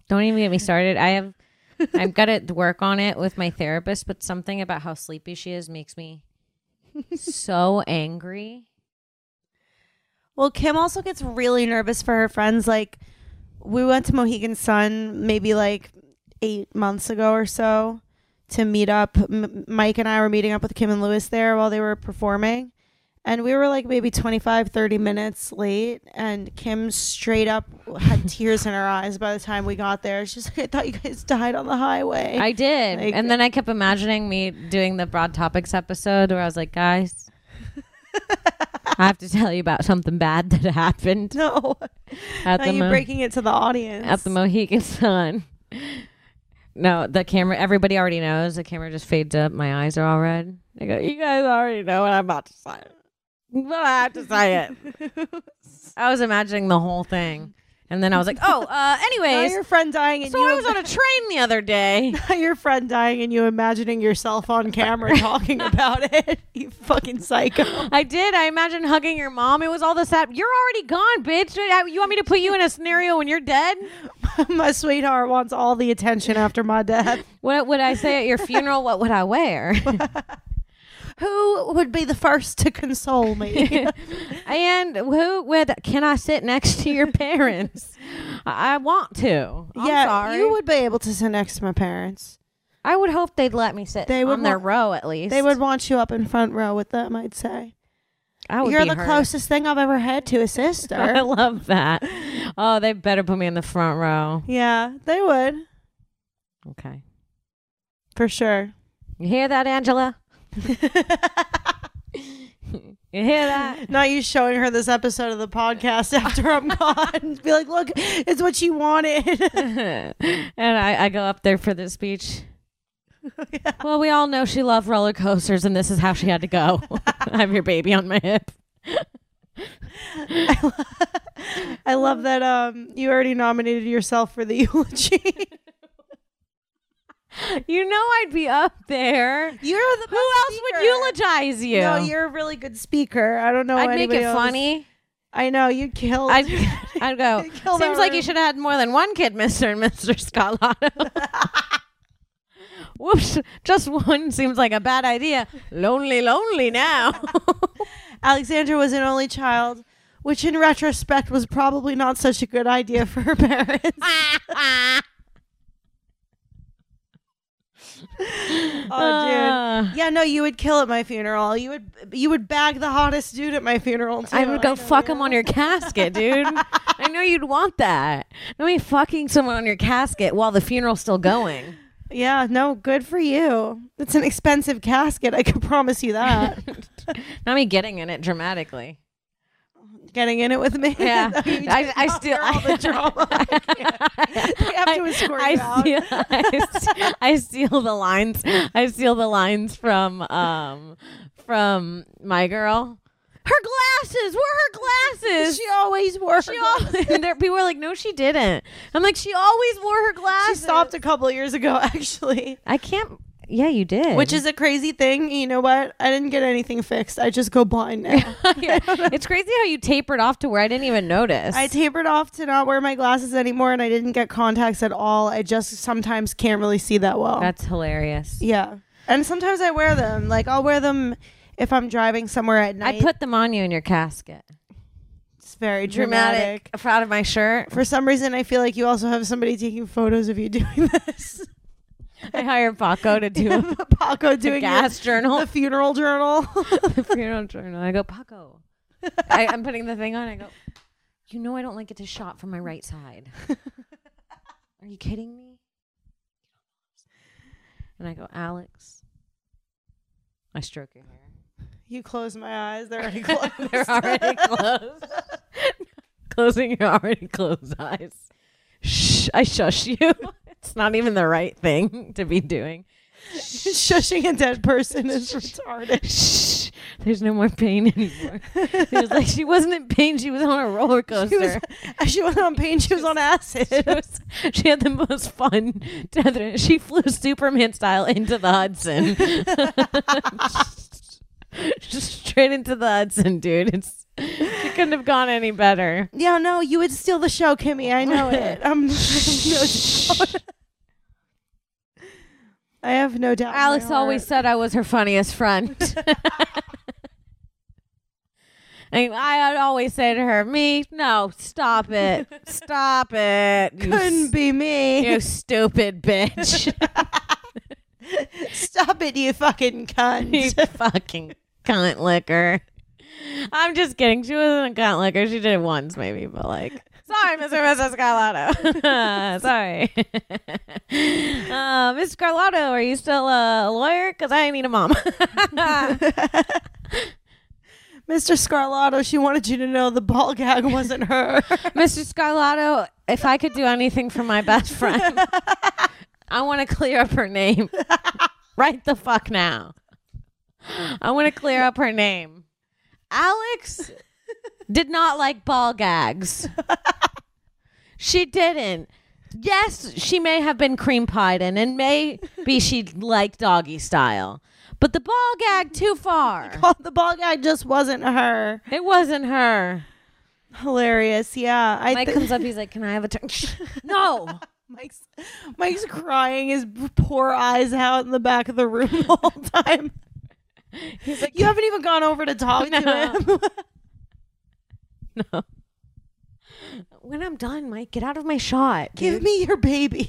Don't even get me started. I *laughs* have I've got to work on it with my therapist, but something about how sleepy she is makes *laughs* me so angry.
Well, Kim also gets really nervous for her friends. Like, we went to Mohegan Sun maybe like eight months ago or so to meet up. M- Mike and I were meeting up with Kim and Lewis there while they were performing. And we were like maybe 25, 30 minutes late. And Kim straight up had *laughs* tears in her eyes by the time we got there. She's like, I thought you guys died on the highway.
I did.
Like-
and then I kept imagining me doing the broad topics episode where I was like, *laughs* guys, I have to tell you about something bad that happened
*laughs* no.
at
Now
the
you're
mo-
breaking it to the audience.
at the Mohegan Sun. No, the camera. Everybody already knows. The camera just fades up. My eyes are all red. I go, you guys already know what I'm about to say. Well, I have to say it. *laughs* I was imagining the whole thing, and then I was like, *laughs* oh, uh,
Now
anyways.
your friend dying and
So
you
I was on a train the other *laughs* day.
*laughs* your friend dying and you imagining yourself on camera *laughs* talking about it. You fucking psycho. *laughs*
I did. I imagine hugging your mom. It was all this. That you're already gone, bitch. I- You want me to put you in a scenario when you're dead?
my sweetheart wants all the attention after my death.
What would I say at your funeral? What would I *laughs* wear?
Who would be the first to console *laughs* me?
And who would can I sit next to your parents? I I want to. I'm
yeah,
sorry.
you would be able to sit next to my parents.
I would hope they'd let me sit
They
they
would
would on their
want-
row at least.
They would want you up in front row with them, I'd say.
I would
You're
be
the
her.
closest thing I've ever had to
*laughs*
a
I
*laughs* sister.
love that. Oh, they better put me in the front row.
yeah, they would.
Okay.
For sure.
You hear that,
*laughs*
Angela? you hear that? *laughs*
Not you showing her this episode of the podcast *laughs* after I'm gone. Be like, look, it's what she wanted.
and I, I go up there for this
*laughs*
speech. Well, we all know she loved roller coasters, and this is how she had to go. *laughs* I have your baby on my hip.
I love that um you already nominated yourself for the *laughs* eulogy.
You know I'd be up there.
you're the
Who else would eulogize you?
No, you're a really good speaker. I don't know.
I'd make
anybody
it
else.
funny.
I know you killed.
I'd, *laughs* I'd go.
*laughs* Kill that
Seems like you
room."
should have had more than one kid, *laughs* Mister and Mister Scott Lotto." *laughs* Whoops! Just one seems like a bad idea. Lonely, lonely now.
*laughs* Alexandra was an only child, which in retrospect was probably not such a good idea for
*laughs*
her *laughs* parents. oh,
Uh,
dude. Yeah, no, you would kill at my funeral. You would you would bag the hottest dude at my funeral. Too.
I would go
know
fuck
you.
him on your casket,
*laughs*
dude. I know you'd want that. I mean, fucking someone on your casket while the funeral's still going.
Yeah, no, good for you. It's an expensive casket. I can promise
*laughs*
you that.
Not me getting in it dramatically.
Getting in it with me. *laughs*
Yeah.
You
I-
just
I
got
still-
her all the
I-
drama. *laughs* I can't. they have to escort you out.
steal,
*laughs*
*laughs* I, steal, I steal the lines. I steal the lines from um from my girl. Her glasses. Were her glasses?
She always wore.
She al- *laughs* and there, people were like, "No, she didn't." I'm like, "She always wore her
She
glasses."
stopped a couple of years ago, *laughs* actually,
I can't. Yeah, you did.
which is a crazy thing. You know what? I didn't get anything fixed. I just go
*laughs*
blind now.
*laughs*
*laughs*
Yeah. it's crazy how you tapered off to where I didn't even notice.
I tapered off to not wear my glasses anymore, and I didn't get contacts at all. I just sometimes can't really see that well.
That's hilarious.
yeah, and sometimes I wear them. Like I'll wear them if I'm driving somewhere at night.
I put them on you in your casket.
It's very dramatic.
Proud of my
*laughs*
shirt.
For some reason, I feel like you also have somebody taking photos of you *laughs* doing
*laughs*
this.
I hired Paco to do a
Paco *laughs* doing your-
gas journal.
the funeral journal. *laughs*
*laughs* funeral journal. I go, Paco. I, I'm putting the thing on. I go, you know, I don't like it to shot from my right side. Are you kidding me? And I go, Alex. I stroke your hair.
you close my eyes. They're already
*laughs*
closed. *laughs*
They're already closed. *laughs* Closing your already closed eyes. Shh, I shush you.
*laughs*
It's not even the right thing to be doing.
Shushing a dead person is retarded.
Shh, there's no more pain anymore. It was like she wasn't in pain. She was on a roller
She
coaster.
was, *laughs* she was on pain. She was on
she, *laughs*
acid.
was- she had the most fun. tether- She flew Superman style into the *laughs* Hudson. Just Straight into the Hudson, dude. It's It couldn't have gone any better.
Yeah, no, you would steal the show, Kimmy. I know it. I'm *laughs* I have no doubt. I have no doubt. in my
Alex always
heart.
said I was her funniest
*laughs*
friend. And I would always say to her, "Me, no, stop it, stop it, you
couldn't be me.
You stupid bitch.
*laughs* Stop it, you
*laughs*
fucking
you
*laughs* cunt.
fucking cunt liquor. I'm just kidding. She wasn't a cunt liquor. She did it once, maybe, but like, sorry, Mr. and Mrs. Carlotto. *laughs* sorry. uh, Mr. Carlotto, are you still a lawyer? Because I need a mom. *laughs*
Mr. Scarlato, she wanted you to know the
*laughs*
ball gag wasn't her.
Mr. Scarlotto, if I could do anything for my best friend, I want to clear up her name. right the fuck now. I want to clear up her name. Alex did not like ball gags. She didn't. Yes, she may have been cream pied in, and maybe she liked doggy style, but the ball gag too far.
the ball gag just wasn't her.
It wasn't her.
Hilarious. Yeah. I
Mike
thi-
comes up, he's like, "Can I have a turn?" no.
*laughs* Mike's Mike's crying his poor eyes out in the back of the room *laughs* the whole
*laughs*
time. He's like, you haven't even gone over to talk
No.
to him. *laughs*
No. When I'm done, Mike, get out of my shot.
Give
dude.
me
*laughs*
your *laughs* baby.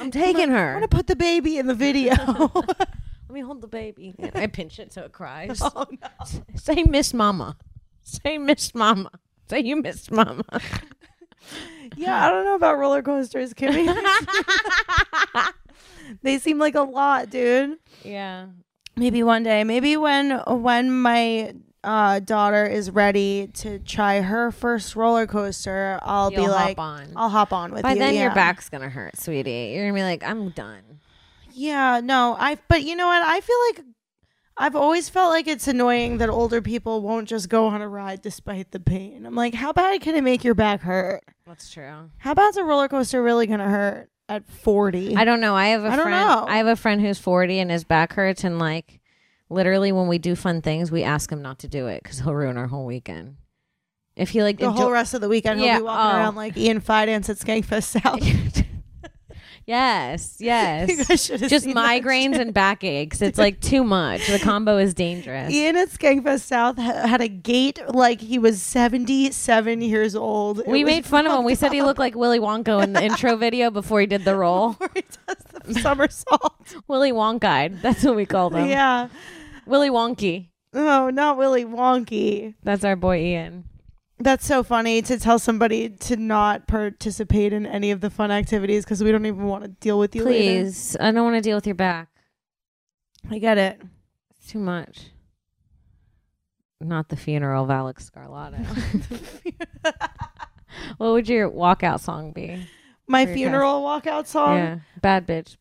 I'm taking
I
her. *laughs* Oh,
want to put the baby in the video.
Let me hold the *laughs* baby. I pinch it so it cries.
oh no.
Say Miss Mama. Say Miss Mama. Say you Miss Mama.
Yeah, I don't know about roller coasters,
*laughs*
Kimmy. *laughs* they seem like a lot, dude.
*laughs* yeah.
Maybe one day. Maybe when when my uh, daughter is ready to try her first roller coaster, I'll be
You'll hop
like,
on.
I'll hop on with
By
you.
then your
yeah.
back's gonna hurt, sweetie. You're gonna be like, I'm done.
Yeah, no, I. But you know what? I feel like I've always felt like it's annoying that older people won't just go on a ride despite the pain. I'm like, how bad can it make your back hurt?
That's true.
How bad's a roller coaster really gonna hurt at 40?
I don't know. I have a
I don't
friend.
know.
I have a friend who's 40 and his back hurts and like literally when we do fun things, we ask him not to do it because he'll ruin our whole weekend. If he like
the whole
enjo-
rest of the weekend
Yeah,
he'll be walking
oh.
around like Ian Fidance at Skankfest South. *laughs*
Yes, yes.
You guys should have
Just
seen that
migraines and backaches. It's like too much. The combo is dangerous.
Ian at Skankfest South ha- had a gait like he was 77 years old. It
we
was
made fun of him. We
fucked
said he
up
looked like Willy Wonka in the intro video before he did the
*laughs*
roll.
*laughs* before he
*laughs*
does the somersault.
Willy Wonkeyed. That's what we called him.
yeah.
Willy Wonky.
Oh, not Willy Wonky.
That's our boy Ian.
That's so funny to tell somebody to not participate in any of the fun activities because we don't even want to deal with you. later.
Please, I don't want to deal with your back.
I get it.
It's too much. Not the funeral of Alex Scarlato. *laughs* what would your walkout song be?
My
Very
funeral walkout song.
Yeah, bad bitch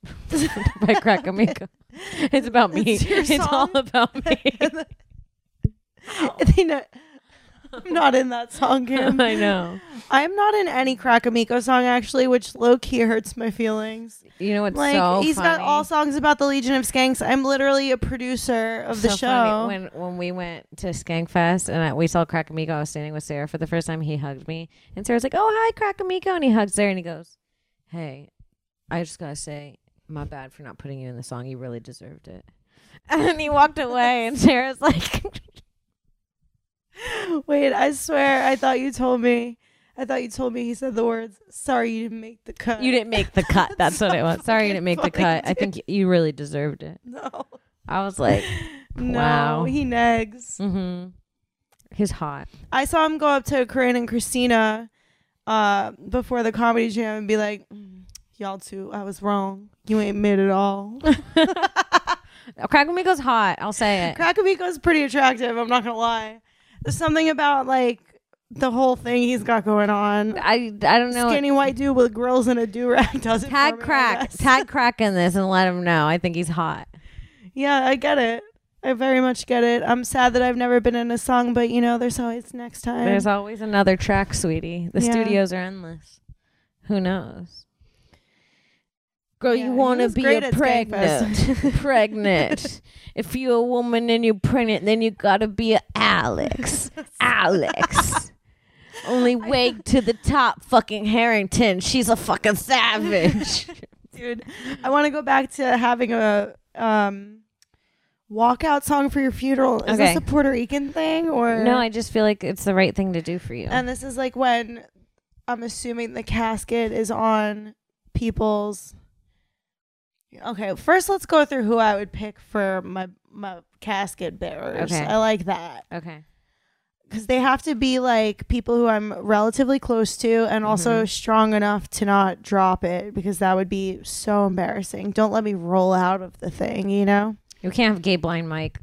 *laughs* by Crack
*laughs*
Amigo. It's about me.
It's your
It's, all
song?
about
*laughs*
me.
*laughs* They know- I'm not in that song, *laughs*
*laughs*
Kim.
I know.
I'm not in any Crackamico song actually, which low key hurts my feelings.
You know what's
like
so
he's got
funny?
all songs about the Legion of Skanks. I'm literally a producer of the
So
show.
funny, When when we went to Skankfest and I, we saw Crack Amigo, I was standing with Sarah for the first time. He hugged me, and Sarah's like, "Oh hi, Crack Amigo," and he hugs Sarah and he goes, "Hey, I just gotta say, my bad for not putting you in the song. You really deserved it." *laughs* And then he walked away,
*laughs*
and Sarah's like,
*gasps* Wait, I swear, I thought you told me. I thought you told me he said the words. Sorry, you didn't make the cut.
"You didn't make the cut. That's what it was. Sorry, you didn't make the
fucking
cut. I
funny,
think y- you really deserved it."
*laughs* No,
I was like,
no,
Wow.
he negs.
mm-hmm. He's hot.
I saw him go up to Corinne and Christina uh, before the comedy jam and be like, "Mm, "Y'all two, I was wrong. You ain't mid at
*laughs*
all."
Crack Amigo's hot. I'll say it.
Krakomiko is pretty attractive. I'm not gonna lie. There's something about like the whole thing he's got going on.
I, I don't know.
Skinny white dude with grills and a do rag *laughs* doesn't for
Tag
me, I
crack,
guess.
tag crack in this, and let him know. I think he's hot.
*laughs* Yeah, I get it. I very much get it. I'm sad that I've never been in a song, but you know, there's always next time.
There's always another track, sweetie. The
Yeah.
studios are endless. Who knows? Girl,
Yeah,
Oh, you
he
want to
was
be
great
a
at Skankfest. *laughs*
pregnant. pregnant. If you're a woman and you're pregnant, then you got to be a
*laughs*
Alex. Alex. Only wake to the top, fucking Harrington. She's a fucking
*laughs*
savage.
dude. I want to go back to having a um walkout song for your funeral. Is
Okay.
this a Puerto Rican thing or
no, I just feel like it's the right thing to do for you.
And this is like when I'm assuming the casket is on people's. Okay, first let's go through who I would pick for my my casket bearers.
Okay.
I like that
okay.
because they have to be like people who I'm relatively close to and also strong enough to not drop it because that would be so embarrassing. Don't let me roll out of the thing, you know?
You can't have gay blind Mike.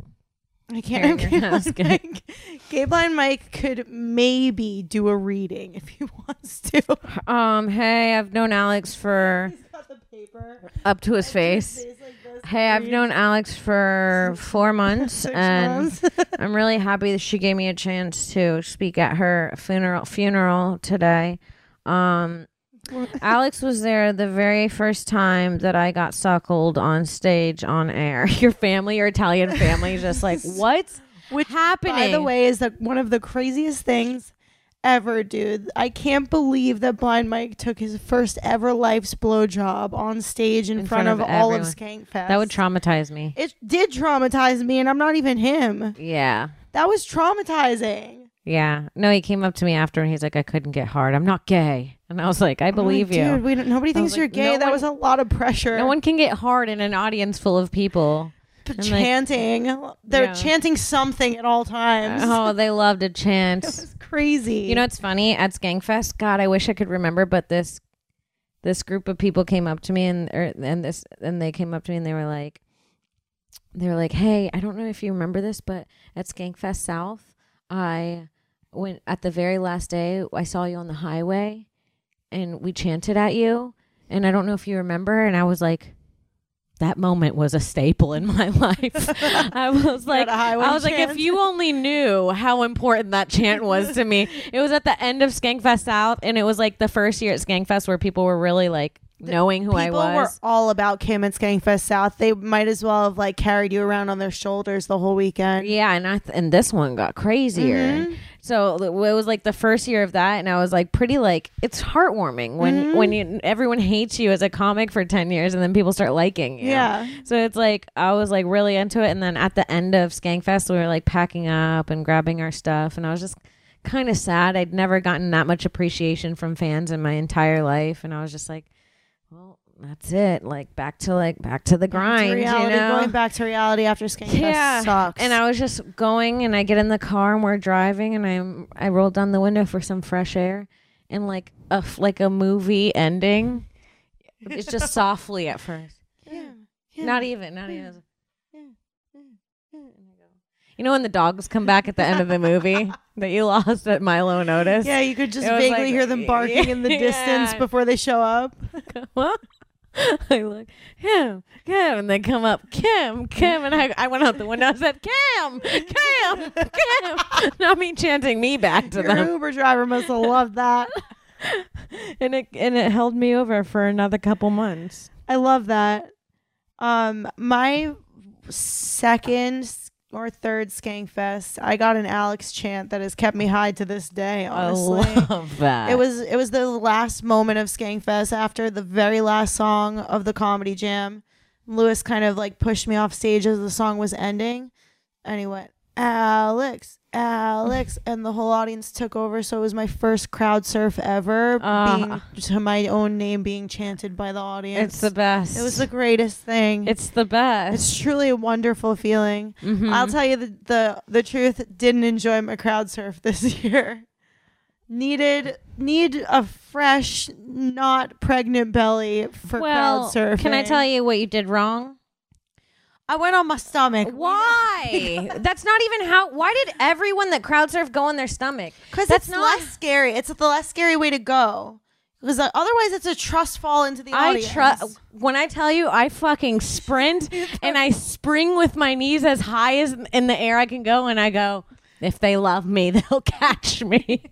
I
Carrying
can't.
your
Gabe
casket.
Mike, Gabe Line Mike could maybe do a reading if he *laughs* wants to.
Um, hey, I've known Alex for
got the paper.
up to his face. Hey, I've
*laughs*
known Alex for four months, *laughs* and I'm really happy that she gave me a chance to speak at her funeral funeral today. Um, Alex was there the very first time that I got suckled on stage on air. *laughs* Your family, your Italian family, is just *laughs* like what's
Which,
happening?
by the way, is like one of the craziest things ever, dude. I can't believe that Blind Mike took his first ever life's blowjob on stage in, front, of, all of Skankfest.
that would traumatize me.
it did traumatize me, and I'm not even him.
Yeah.
That was traumatizing.
Yeah. No, he came up to me after and he's like, I couldn't get hard. I'm not gay. And I was like, I believe
Like,
you.
Dude, we don't, nobody thinks
like,
you're gay.
no
that
one-
was a lot of pressure.
no one can get hard in an audience full of people.
P-
like-
chanting. They're
Yeah.
chanting something at all times.
Oh, they loved a
It
chant.
was crazy.
You know, it's funny at Skankfest. God, I wish I could remember, but this this group of people came up to me and or, and this and they came up to me and they were like, they were like, "Hey, I don't know if you remember this, but at Skankfest South, I went at the very last day. I saw you on the highway, and we chanted at you. And I don't know if you remember. And I was like." That moment was a staple in my *laughs* life. I was like,
a highway
I was like, if
chant.
you you only knew how important that chant was to
*laughs*
me. It was at the end of Skankfest South, and it was like the first year at Skankfest where people were really like knowing who
people
I
were
was.
all about Kim at Skankfest South. They might as well have like carried you around on their shoulders the whole weekend.
yeah, and I th- and this one got crazier.
Mm-hmm.
So it was like the first year of that, and I was like pretty like it's heartwarming when
Mm-hmm.
when you, everyone hates you as a comic for ten years, and then people start liking you.
Yeah.
So it's like I was like really into it, and then at the end of Skankfest, we were like packing up and grabbing our stuff, and I was just kind of sad. I'd never gotten that much appreciation from fans in my entire life, and I was just like, well, that's it. Like back to like back to the grind,
To reality,
you know.
going back to reality after Skankfest sucks.
And I was just going and I get in the car and we're driving and I'm I rolled down the window for some fresh air and like a f- like a movie ending. It's
*laughs*
just softly at first. Not even, not even. You know when the dogs come back at the end of the movie that you lost that Milo noticed?
yeah, you could just
It was
vaguely
like-
hear them barking in
*laughs*
the
Yeah.
distance before they
*laughs*
show up.
what? I look, Kim, Kim, and they come up, Kim, Kim, and I, I went out the window. I said, Kim, Kim, Kim. *laughs* Not me chanting me back to
Your
them,
Uber driver must have loved that.
*laughs* and it and it held me over for another couple months.
I love that. Um, my second or third Skankfest, I got an Alex chant that has kept me high to this day. Honestly, *laughs*
I love that.
it was it was the last moment of Skankfest after the very last song of the comedy jam. Lewis kind of like pushed me off stage as the song was ending, and he went Alex,
*laughs*
Alex, and the whole audience took over. So it was my first crowd surf ever,
Ah.
being to my own name being chanted by the audience.
*laughs* It's the best.
It was the greatest thing. It's
It's the best.
*laughs* it's truly a wonderful feeling.
Mm-hmm.
I'll tell you the, the the truth. Didn't enjoy my crowd surf *laughs* this year. Needed need a fresh, not pregnant belly for
well,
crowd surfing.
can I tell you what you did wrong?
I went on my stomach.
*laughs* Why? That's not even how. Why did everyone that crowd surf go on their stomach?
Because
That's
it's less scary. It's the less scary way to go. Because uh, otherwise, it's a trust fall into the
I
audience.
trust when I tell you I fucking
*laughs*
sprint and I spring with my knees as high as in the air I can go and I go If they love me, *laughs* they'll catch
*laughs*
me.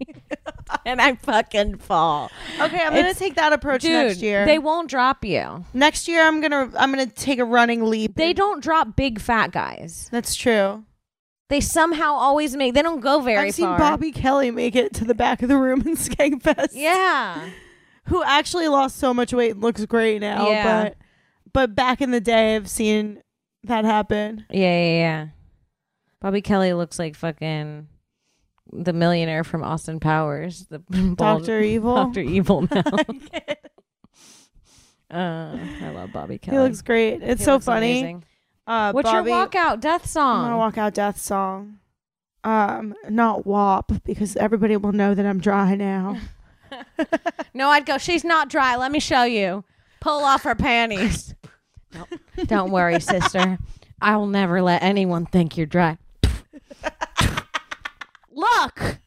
and I fucking fall.
Okay, I'm gonna take that approach
Dude,
next year.
they won't drop you.
next year, I'm gonna I'm gonna take a running leap.
They don't drop big fat guys.
That's true.
They somehow always make. They don't go very
I've seen
far.
Bobby Kelly make it to the back of the room in *laughs* Skankfest.
Yeah.
who actually lost so much weight and looks great now.
Yeah.
But but back in the day, I've seen that happen.
Yeah, yeah, yeah. Bobby Kelly looks like fucking the millionaire from Austin Powers, the *laughs* bald-
Doctor Evil.
Doctor
*laughs*
Evil now. *laughs* uh, I love Bobby Kelly.
He looks great. It's
He
so
looks
funny.
amazing.
Uh,
What's
Bobby,
your walkout death
I'm
song?
gonna walk out death song. Um, not WAP because everybody will know that I'm dry
*laughs*
now. *laughs*
no, I'd go. She's not dry. Let me show you. Pull off her
*laughs*
panties. Nope. Don't worry, sister. I will never let anyone think you're
*laughs*
dry. Look,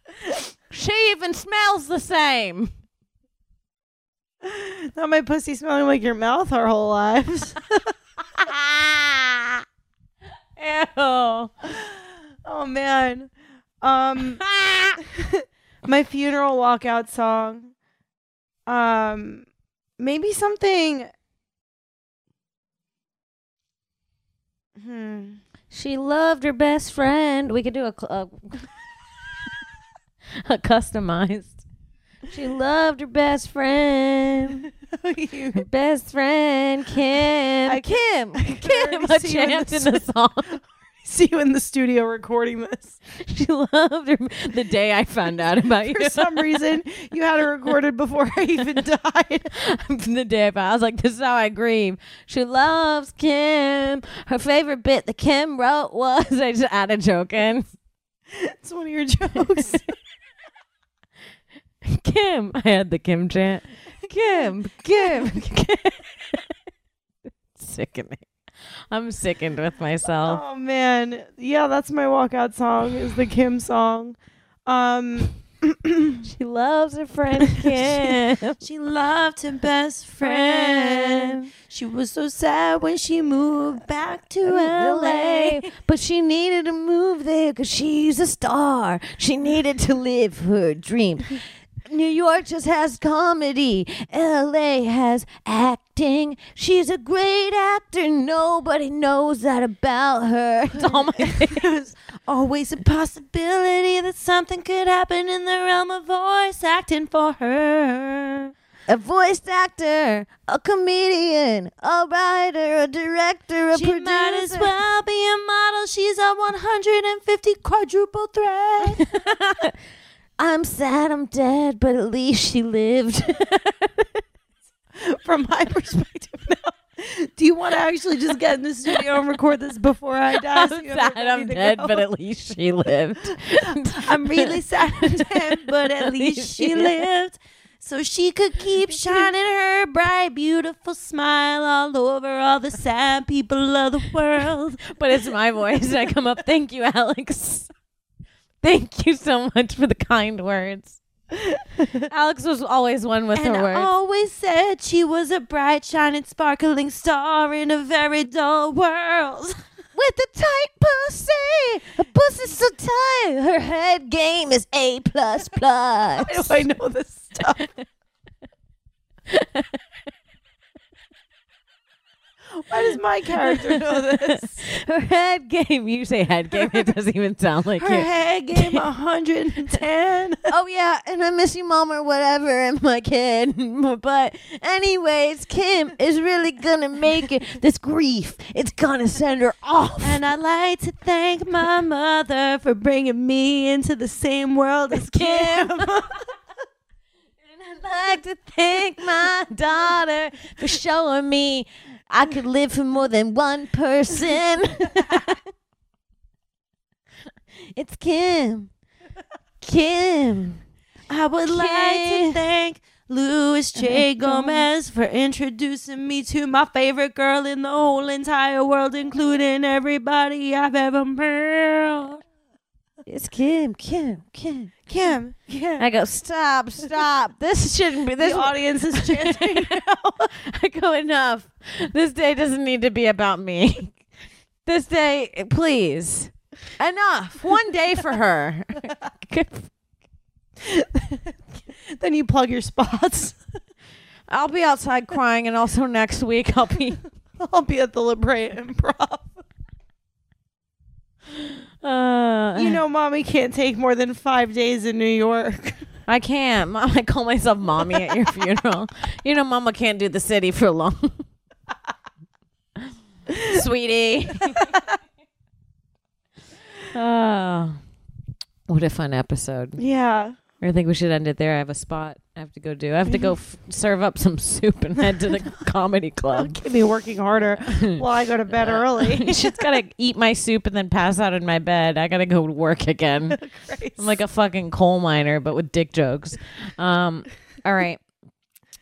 she even smells the same.
Not my pussy smelling like your mouth our whole lives.
Ew.
oh man.
*laughs*
Um, my funeral walkout song. Um, maybe something.
*laughs*
Hmm.
She loved her best friend. We could do a *laughs* cl- a, a customized. She loved her best friend.
You- *laughs*
Her best friend Kim.
I
Kim. *laughs*
I can
Kim.
already
I
see you in
jammed in
this- *laughs*
the song.
see you in the studio
*laughs*
recording this.
She loved her. The day I found out about you.
*laughs* For some
*laughs*
reason, you had it recorded before I even died.
the day I found, I was like, "This is how I grieve." She loves Kim. Her favorite bit that Kim wrote was *laughs* I just added a joke in.
It's one of
*laughs*
your jokes.
Kim. I had the Kim chant. Kim, *laughs* Kim, Kim. Sickening. I'm sickened with myself.
oh man, yeah, that's my walkout song. Is the Kim song? Um,
She loves her *laughs* friend *laughs* Kim.
she loved her best friend. She was so sad when she moved back to
LA, but she needed to move there because she's a star. She needed to live her dream. New York just has comedy. LA has acting. She's a great actor. Nobody knows that about
*laughs*
her. It's all *laughs* my
There's always a possibility that something could happen in the realm of voice acting for her.
a voice actor, a comedian, a writer, a director, a
She
producer.
might as well be a model. She's a 150 quadruple threat.
I'm sad I'm dead, but at least she lived.
*laughs* From
*laughs*
my perspective now, do you want to actually just get in the studio and record this before I die? so you have it ready to go?
at least she lived.
*laughs* I'm really sad
*laughs*
I'm dead, but at least she lived. So she
*laughs*
could keep shining her bright, beautiful smile all over all the sad people of the world.
*laughs* but it's my voice. I come up. Thank you, Alex. *laughs* Thank you so much for the kind
*laughs*
words. Alex was always one with her
And I
words.
always said she was a bright, shining, sparkling star in a very dull world. *laughs*
with a tight pussy, her pussy's so tight. Her head game is A plus plus. *laughs*
I know this stuff? Why does my character know this?
Her *laughs* head game. You say head game. It doesn't even sound like
Her
you.
head game 110.
oh yeah, and I miss you, mom, or whatever, and my kid. *laughs* but anyways, Kim is really gonna make it. This grief, it's gonna send her off.
And I'd like to thank my mother for bringing me into the same
*laughs*
world as Kim.
And I'd like to thank my daughter for showing me I could live for more than one *laughs* person. it's Kim. Kim.
I would like
Kim.
to thank Louis J. Gomez for introducing me to my favorite girl in the whole entire world, including everybody I've ever met.
It's Kim. Kim. Kim.
Kim, Kim.
I go, stop, stop. This shouldn't be this
the audience is
*laughs*
chanting now.
I go enough. This day doesn't need to be about me. This day, please. Enough. One day for her.
*laughs* Then you plug your spots.
I'll be outside crying, and also next week I'll be.
I'll be at the Liberate Improv.
Uh,
*laughs* You know, mommy can't take more than five days in New York.
I can't. Mom, I call myself mommy at your funeral. You know, mama can't do the city for long. Sweetie. oh, what a fun episode.
Yeah.
I think we should end it there. I have a spot I have to go do. I have to go f- serve up some soup and head to the comedy club.
Get me working harder while I go to bed
*laughs*
early. *laughs*
She's got to eat my soup and then pass out in my bed. I got to go work again. I'm like a fucking coal miner, but with dick jokes. Um, all right.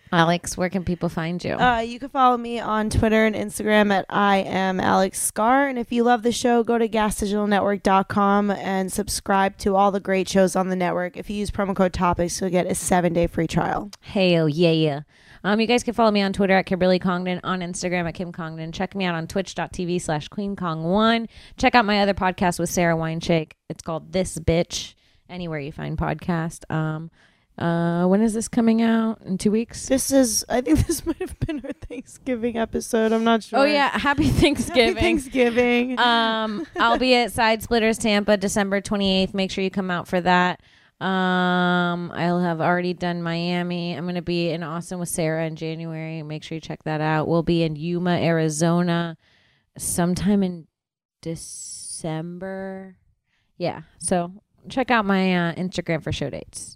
Alex, where can people find you?
Uh, you can follow me on Twitter and Instagram at I am Alex Scar. And if you love the show, go to gasdigitalnetwork.com and subscribe to all the great shows on the network. If you use promo code TOPICS, you'll get a seven day free trial.
Hell yeah, yeah. Um, you guys can follow me on Twitter at Kimberly Congdon, on Instagram at Kim Congdon. Check me out on twitch.tv slash Queen Kong1. Check out my other podcast with Sarah Wineshake. It's called This Bitch, anywhere you find podcast. Um, uh, when is this coming out? In two weeks?
This is, I think *laughs* this might have been our Thanksgiving episode. I'm not sure.
Oh, yeah. Happy *laughs* Thanksgiving.
Happy Thanksgiving.
um, I'll be at Side Splitters Tampa December 28th. Make sure you come out for that. Um, I'll have already done Miami. I'm going to be in Austin with Sarah in January. Make sure you check that out. We'll be in Yuma, Arizona sometime in December. Yeah. So check out my uh, Instagram for show dates.